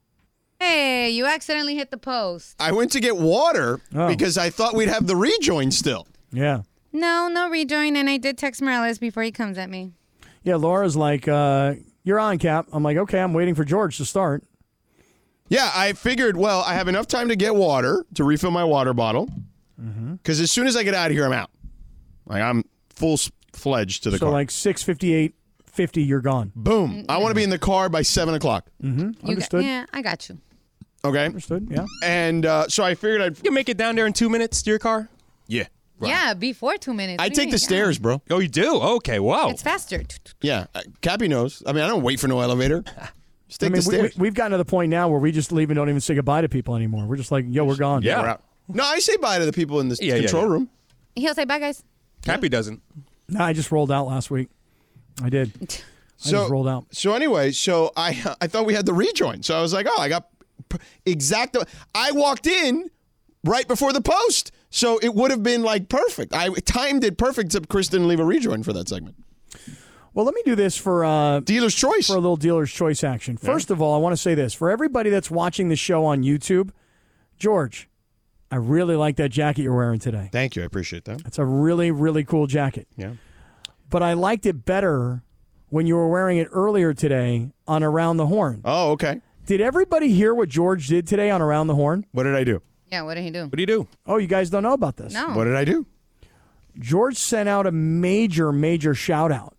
[SPEAKER 3] Hey, you accidentally hit the post.
[SPEAKER 2] I went to get water
[SPEAKER 1] Oh.
[SPEAKER 2] because I thought we'd have the rejoin still.
[SPEAKER 1] Yeah.
[SPEAKER 3] No, no rejoin, and I did text Morales before he comes at me.
[SPEAKER 1] Yeah, Laura's like, uh, "You're on, Cap." I'm like, "Okay, I'm waiting for George to start."
[SPEAKER 2] Yeah, I figured, well, I have enough time to get water to refill my water bottle
[SPEAKER 1] Mm-hmm.
[SPEAKER 2] because as soon as I get out of here, I'm out. Like, I'm full s- fledged to the
[SPEAKER 1] so
[SPEAKER 2] car.
[SPEAKER 1] like 6:58, 50, you're gone.
[SPEAKER 2] Boom. I want to be in the car by 7 o'clock.
[SPEAKER 1] Mm-hmm.
[SPEAKER 3] You
[SPEAKER 1] Understood.
[SPEAKER 3] Got, yeah, I got you.
[SPEAKER 2] Okay.
[SPEAKER 1] Understood. Yeah.
[SPEAKER 2] And uh, so I figured I'd. You
[SPEAKER 5] can make it down there in two minutes to your car?
[SPEAKER 2] Yeah.
[SPEAKER 3] Yeah, before two minutes.
[SPEAKER 2] I
[SPEAKER 3] What do you
[SPEAKER 2] take
[SPEAKER 3] mean?
[SPEAKER 2] the stairs, bro.
[SPEAKER 5] Oh, you do? Okay, wow.
[SPEAKER 3] It's faster.
[SPEAKER 2] Yeah, uh, Cappy knows. I mean, I don't wait for no elevator. Just take
[SPEAKER 1] I mean,
[SPEAKER 2] the
[SPEAKER 1] we,
[SPEAKER 2] stairs.
[SPEAKER 1] we, have gotten to the point now where we just leave and don't even say goodbye to people anymore. We're just like, "Yo, we're gone."
[SPEAKER 2] We're out. No, I say bye to the people in the
[SPEAKER 1] Yeah, yeah,
[SPEAKER 2] control
[SPEAKER 1] yeah.
[SPEAKER 2] room.
[SPEAKER 3] He'll say bye, guys.
[SPEAKER 5] Happy doesn't.
[SPEAKER 1] No, I just rolled out last week. I did. I just rolled out.
[SPEAKER 2] So anyway, so I I thought we had the rejoin. So I was like, oh, I got p- exact. I walked in right before the post, so it would have been like perfect. I timed it perfect, except Chris didn't leave a rejoin for that segment.
[SPEAKER 1] Well, let me do this for uh,
[SPEAKER 2] dealer's choice
[SPEAKER 1] for a little dealer's choice action. First of all, I want to say this for everybody that's watching the show on YouTube, George, I really like that jacket you're wearing today.
[SPEAKER 2] Thank you, I appreciate that.
[SPEAKER 1] It's a really really cool jacket.
[SPEAKER 2] Yeah.
[SPEAKER 1] But I liked it better when you were wearing it earlier today on Around the Horn.
[SPEAKER 2] Oh, okay.
[SPEAKER 1] Did everybody hear what George did today on Around the Horn?
[SPEAKER 2] What did I do?
[SPEAKER 3] Yeah, what did he do?
[SPEAKER 5] do you do?
[SPEAKER 1] Oh, you guys don't know about this.
[SPEAKER 3] No. What
[SPEAKER 2] did I do?
[SPEAKER 1] George sent out a major, major shout out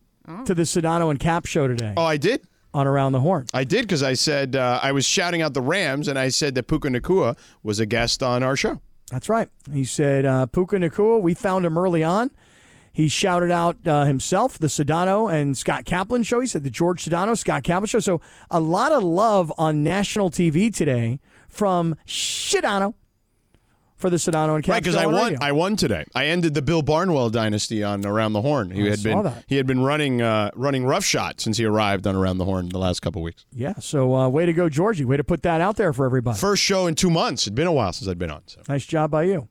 [SPEAKER 1] to the Sedano and Cap show today.
[SPEAKER 2] Oh, I did
[SPEAKER 1] on around the horn.
[SPEAKER 2] I did because I said uh, I was shouting out the Rams, and I said that Puka Nakua was a guest on our show.
[SPEAKER 1] That's right. He said, uh, Puka Nakua, we found him early on. He shouted out uh, himself, the Sedano and Scott Kaplan show. He said the George Sedano, Scott Kaplan show. So a lot of love on national TV today from Sedano for the Sedano and Cap
[SPEAKER 2] Right, because
[SPEAKER 1] show
[SPEAKER 2] I
[SPEAKER 1] on
[SPEAKER 2] won.
[SPEAKER 1] radio.
[SPEAKER 2] I won today. I ended the Bill Barnwell dynasty on Around the Horn. He
[SPEAKER 1] I
[SPEAKER 2] had
[SPEAKER 1] saw
[SPEAKER 2] been
[SPEAKER 1] that.
[SPEAKER 2] he had been running uh, running roughshod since he arrived on Around the Horn the last couple weeks.
[SPEAKER 1] Yeah, so uh, way to go, Georgie. Way to put that out there for everybody.
[SPEAKER 2] First show in two months. It'd been a while since I'd been on. So.
[SPEAKER 1] Nice job by you.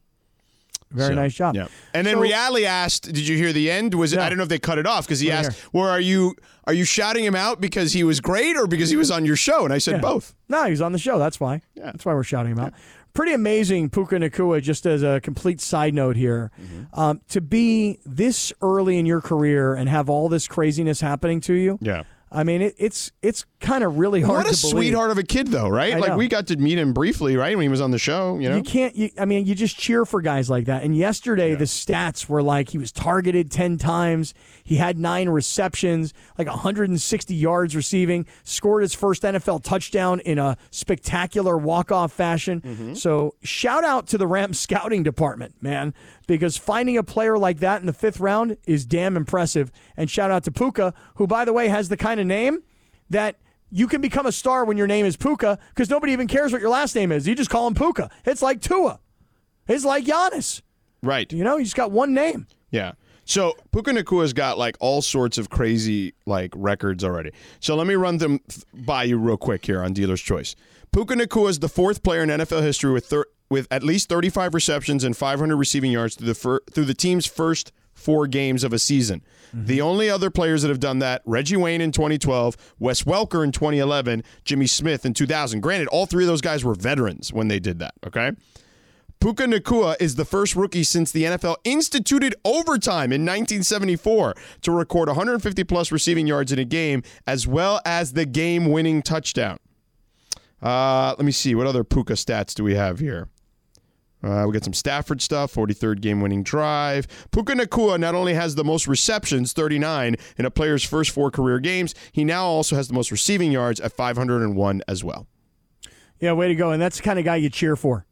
[SPEAKER 1] Very
[SPEAKER 2] So,
[SPEAKER 1] nice job.
[SPEAKER 2] Yeah. And then
[SPEAKER 1] So-
[SPEAKER 2] Reale asked, "Did you hear the end? Was it? I don't know if they cut it off because he
[SPEAKER 1] Right
[SPEAKER 2] asked, "Where are you? Are you shouting him out because he was great or because he was on your show?" And I said
[SPEAKER 1] Yeah.
[SPEAKER 2] both.
[SPEAKER 1] No, he's on the show. That's why. That's why we're shouting him out. Pretty amazing, Puka Nakua. Just as a complete side note here,
[SPEAKER 2] Mm-hmm.
[SPEAKER 1] um, to be this early in your career and have all this craziness happening to you.
[SPEAKER 2] Yeah.
[SPEAKER 1] I mean, it, it's it's kind of really hard.
[SPEAKER 2] What a
[SPEAKER 1] to believe.
[SPEAKER 2] sweetheart of a kid, though, right?
[SPEAKER 1] I
[SPEAKER 2] like
[SPEAKER 1] know.
[SPEAKER 2] we got to meet him briefly, right? When he was on the show, you know.
[SPEAKER 1] You can't. You, I mean, you just cheer for guys like that. And yesterday, the stats were like he was targeted ten times. He had nine receptions, like 160 yards receiving. Scored his first NFL touchdown in a spectacular walk-off fashion. So shout out to the Rams scouting department, man, because finding a player like that in the fifth round is damn impressive. And shout out to Puka, who by the way has the kind of name that you can become a star when your name is Puka because nobody even cares what your last name is. You just call him Puka. It's like Tua. It's like Giannis.
[SPEAKER 2] Right.
[SPEAKER 1] You know, you just got one name.
[SPEAKER 2] Yeah. So Puka Nakua's got like all sorts of crazy like records already. So let me run them th- by you real quick here on Dealer's Choice. Puka Nakua is the fourth player in NFL history with thir- with at least 35 receptions and 500 receiving yards through the fir- through the team's first four games of a season.
[SPEAKER 1] Mm-hmm.
[SPEAKER 2] The only other players that have done that: Reggie Wayne in 2012, Wes Welker in 2011, Jimmy Smith in 2000. Granted, all three of those guys were veterans when they did that. Okay. Puka Nakua is the first rookie since the NFL instituted overtime in 1974 to record 150 plus receiving yards in a game, as well as the game winning touchdown. Uh, let me see. What other Puka stats do we have here? Uh, we got some Stafford stuff, 43rd game winning drive. Puka Nakua not only has the most receptions, 39, in a player's first four career games, he now also has the most receiving yards at 501 as well.
[SPEAKER 1] Yeah, way to go. And that's the kind of guy you cheer for.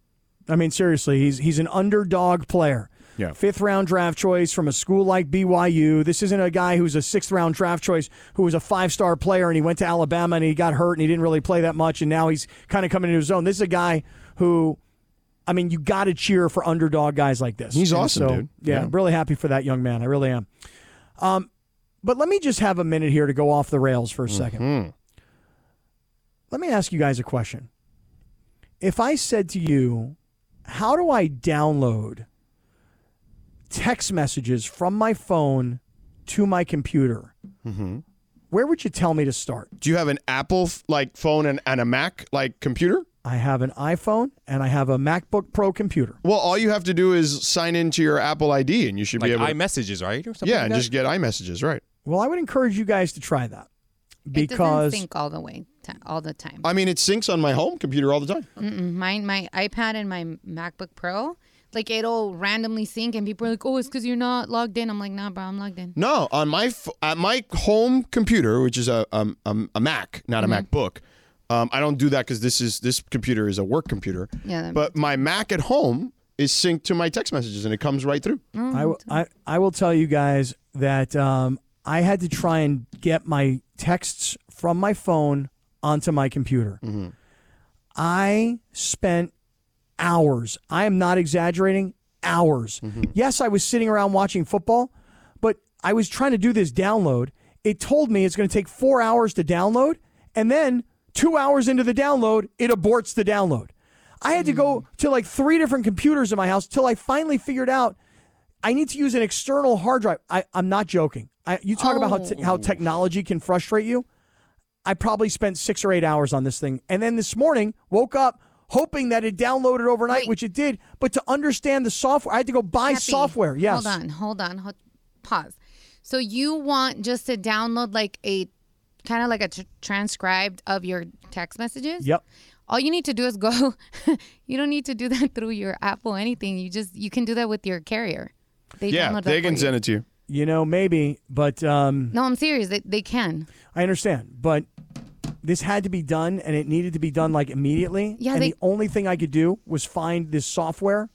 [SPEAKER 1] I mean, seriously, he's he's an underdog player.
[SPEAKER 2] Yeah.
[SPEAKER 1] Fifth round draft choice from a school like BYU. This isn't a guy who's a sixth round draft choice who was a five star player and he went to Alabama and he got hurt and he didn't really play that much and now he's kind of coming into his own. This is a guy who, I mean, you got to cheer for underdog guys like this.
[SPEAKER 2] He's
[SPEAKER 1] And
[SPEAKER 2] awesome,
[SPEAKER 1] so,
[SPEAKER 2] dude.
[SPEAKER 1] Yeah,
[SPEAKER 2] Yeah.
[SPEAKER 1] I'm really happy for that young man. I really am. Um, but let me just have a minute here to go off the rails for a 2nd
[SPEAKER 2] Mm-hmm.
[SPEAKER 1] Let me ask you guys a question. If I said to you, how do I download text messages from my phone to my computer?
[SPEAKER 2] Mm-hmm.
[SPEAKER 1] Where would you tell me to start?
[SPEAKER 2] Do you have an Apple f- like phone and, and a Mac like computer?
[SPEAKER 1] I have an iPhone and I have a MacBook Pro computer.
[SPEAKER 2] Well, all you have to do is sign into your Apple ID and you should be
[SPEAKER 5] Like
[SPEAKER 2] able to.
[SPEAKER 5] iMessages, right? Or something
[SPEAKER 2] yeah,
[SPEAKER 5] like
[SPEAKER 2] and
[SPEAKER 5] that?
[SPEAKER 2] just get iMessages, right.
[SPEAKER 1] Well, I would encourage you guys to try that
[SPEAKER 3] it doesn't
[SPEAKER 1] because
[SPEAKER 3] sync all the way, ti- all the time.
[SPEAKER 2] I mean, it syncs on my home computer all the time.
[SPEAKER 3] Mm-mm. Mine, my iPad and my MacBook Pro, like it'll randomly sync, and people are like, "Oh, it's because you're not logged in." I'm like, "Nah, bro, I'm logged in."
[SPEAKER 2] No, on my f- at my home computer, which is a um, um, a Mac, not a
[SPEAKER 3] Mm-hmm.
[SPEAKER 2] MacBook. Um, I don't do that because this is this computer is a work computer.
[SPEAKER 3] Yeah, that
[SPEAKER 2] But my Mac at home is synced to my text messages and it comes right through.
[SPEAKER 3] Mm.
[SPEAKER 1] I, w- I, I will tell you guys that um, I had to try and get my texts from my phone onto my computer. I spent hours. I am not exaggerating, hours.
[SPEAKER 2] Mm-hmm.
[SPEAKER 1] Yes, I was sitting around watching football, but I was trying to do this download. It told me it's going to take four hours to download, and then two hours into the download, it aborts the download. I had to go to like three different computers in my house till I finally figured out I need to use an external hard drive. I, I'm not joking. I, you talk about how,
[SPEAKER 3] Oh.
[SPEAKER 1] te- how technology can frustrate you. I probably spent six or eight hours on this thing. And then this morning, woke up hoping that it downloaded overnight, which it did. But to understand the software, I had to go buy
[SPEAKER 3] Happy.
[SPEAKER 1] software. Yes.
[SPEAKER 3] Hold on, hold on, hold, pause. So you want just to download like a kind of like a tr- transcribed of your text messages?
[SPEAKER 1] Yep.
[SPEAKER 3] All you need to do is go. you don't need to do that through your app or anything. You just you can do that with your carrier. They download that for you.
[SPEAKER 2] it to you.
[SPEAKER 1] You know, maybe, but um,
[SPEAKER 3] No, I'm serious. They, they can.
[SPEAKER 1] I understand. But this had to be done, and it needed to be done like immediately.
[SPEAKER 3] Yeah,
[SPEAKER 1] and
[SPEAKER 3] they-
[SPEAKER 1] the only thing I could do was find this software,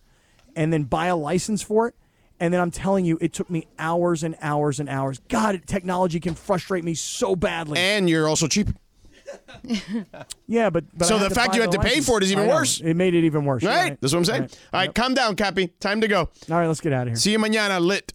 [SPEAKER 1] and then buy a license for it. And then I'm telling you, it took me hours and hours and hours. God, technology can frustrate me so badly.
[SPEAKER 2] And you're also cheap.
[SPEAKER 1] Yeah, but, but
[SPEAKER 2] So
[SPEAKER 1] I
[SPEAKER 2] the
[SPEAKER 1] to
[SPEAKER 2] fact
[SPEAKER 1] buy
[SPEAKER 2] you had
[SPEAKER 1] the
[SPEAKER 2] to pay for it is
[SPEAKER 1] license.
[SPEAKER 2] even
[SPEAKER 1] I know.
[SPEAKER 2] worse.
[SPEAKER 1] It made it even worse.
[SPEAKER 2] Right? That's what I'm saying. All right, calm down, Cappy. Time to go.
[SPEAKER 1] All right, let's get out of here.
[SPEAKER 2] See you mañana, lit.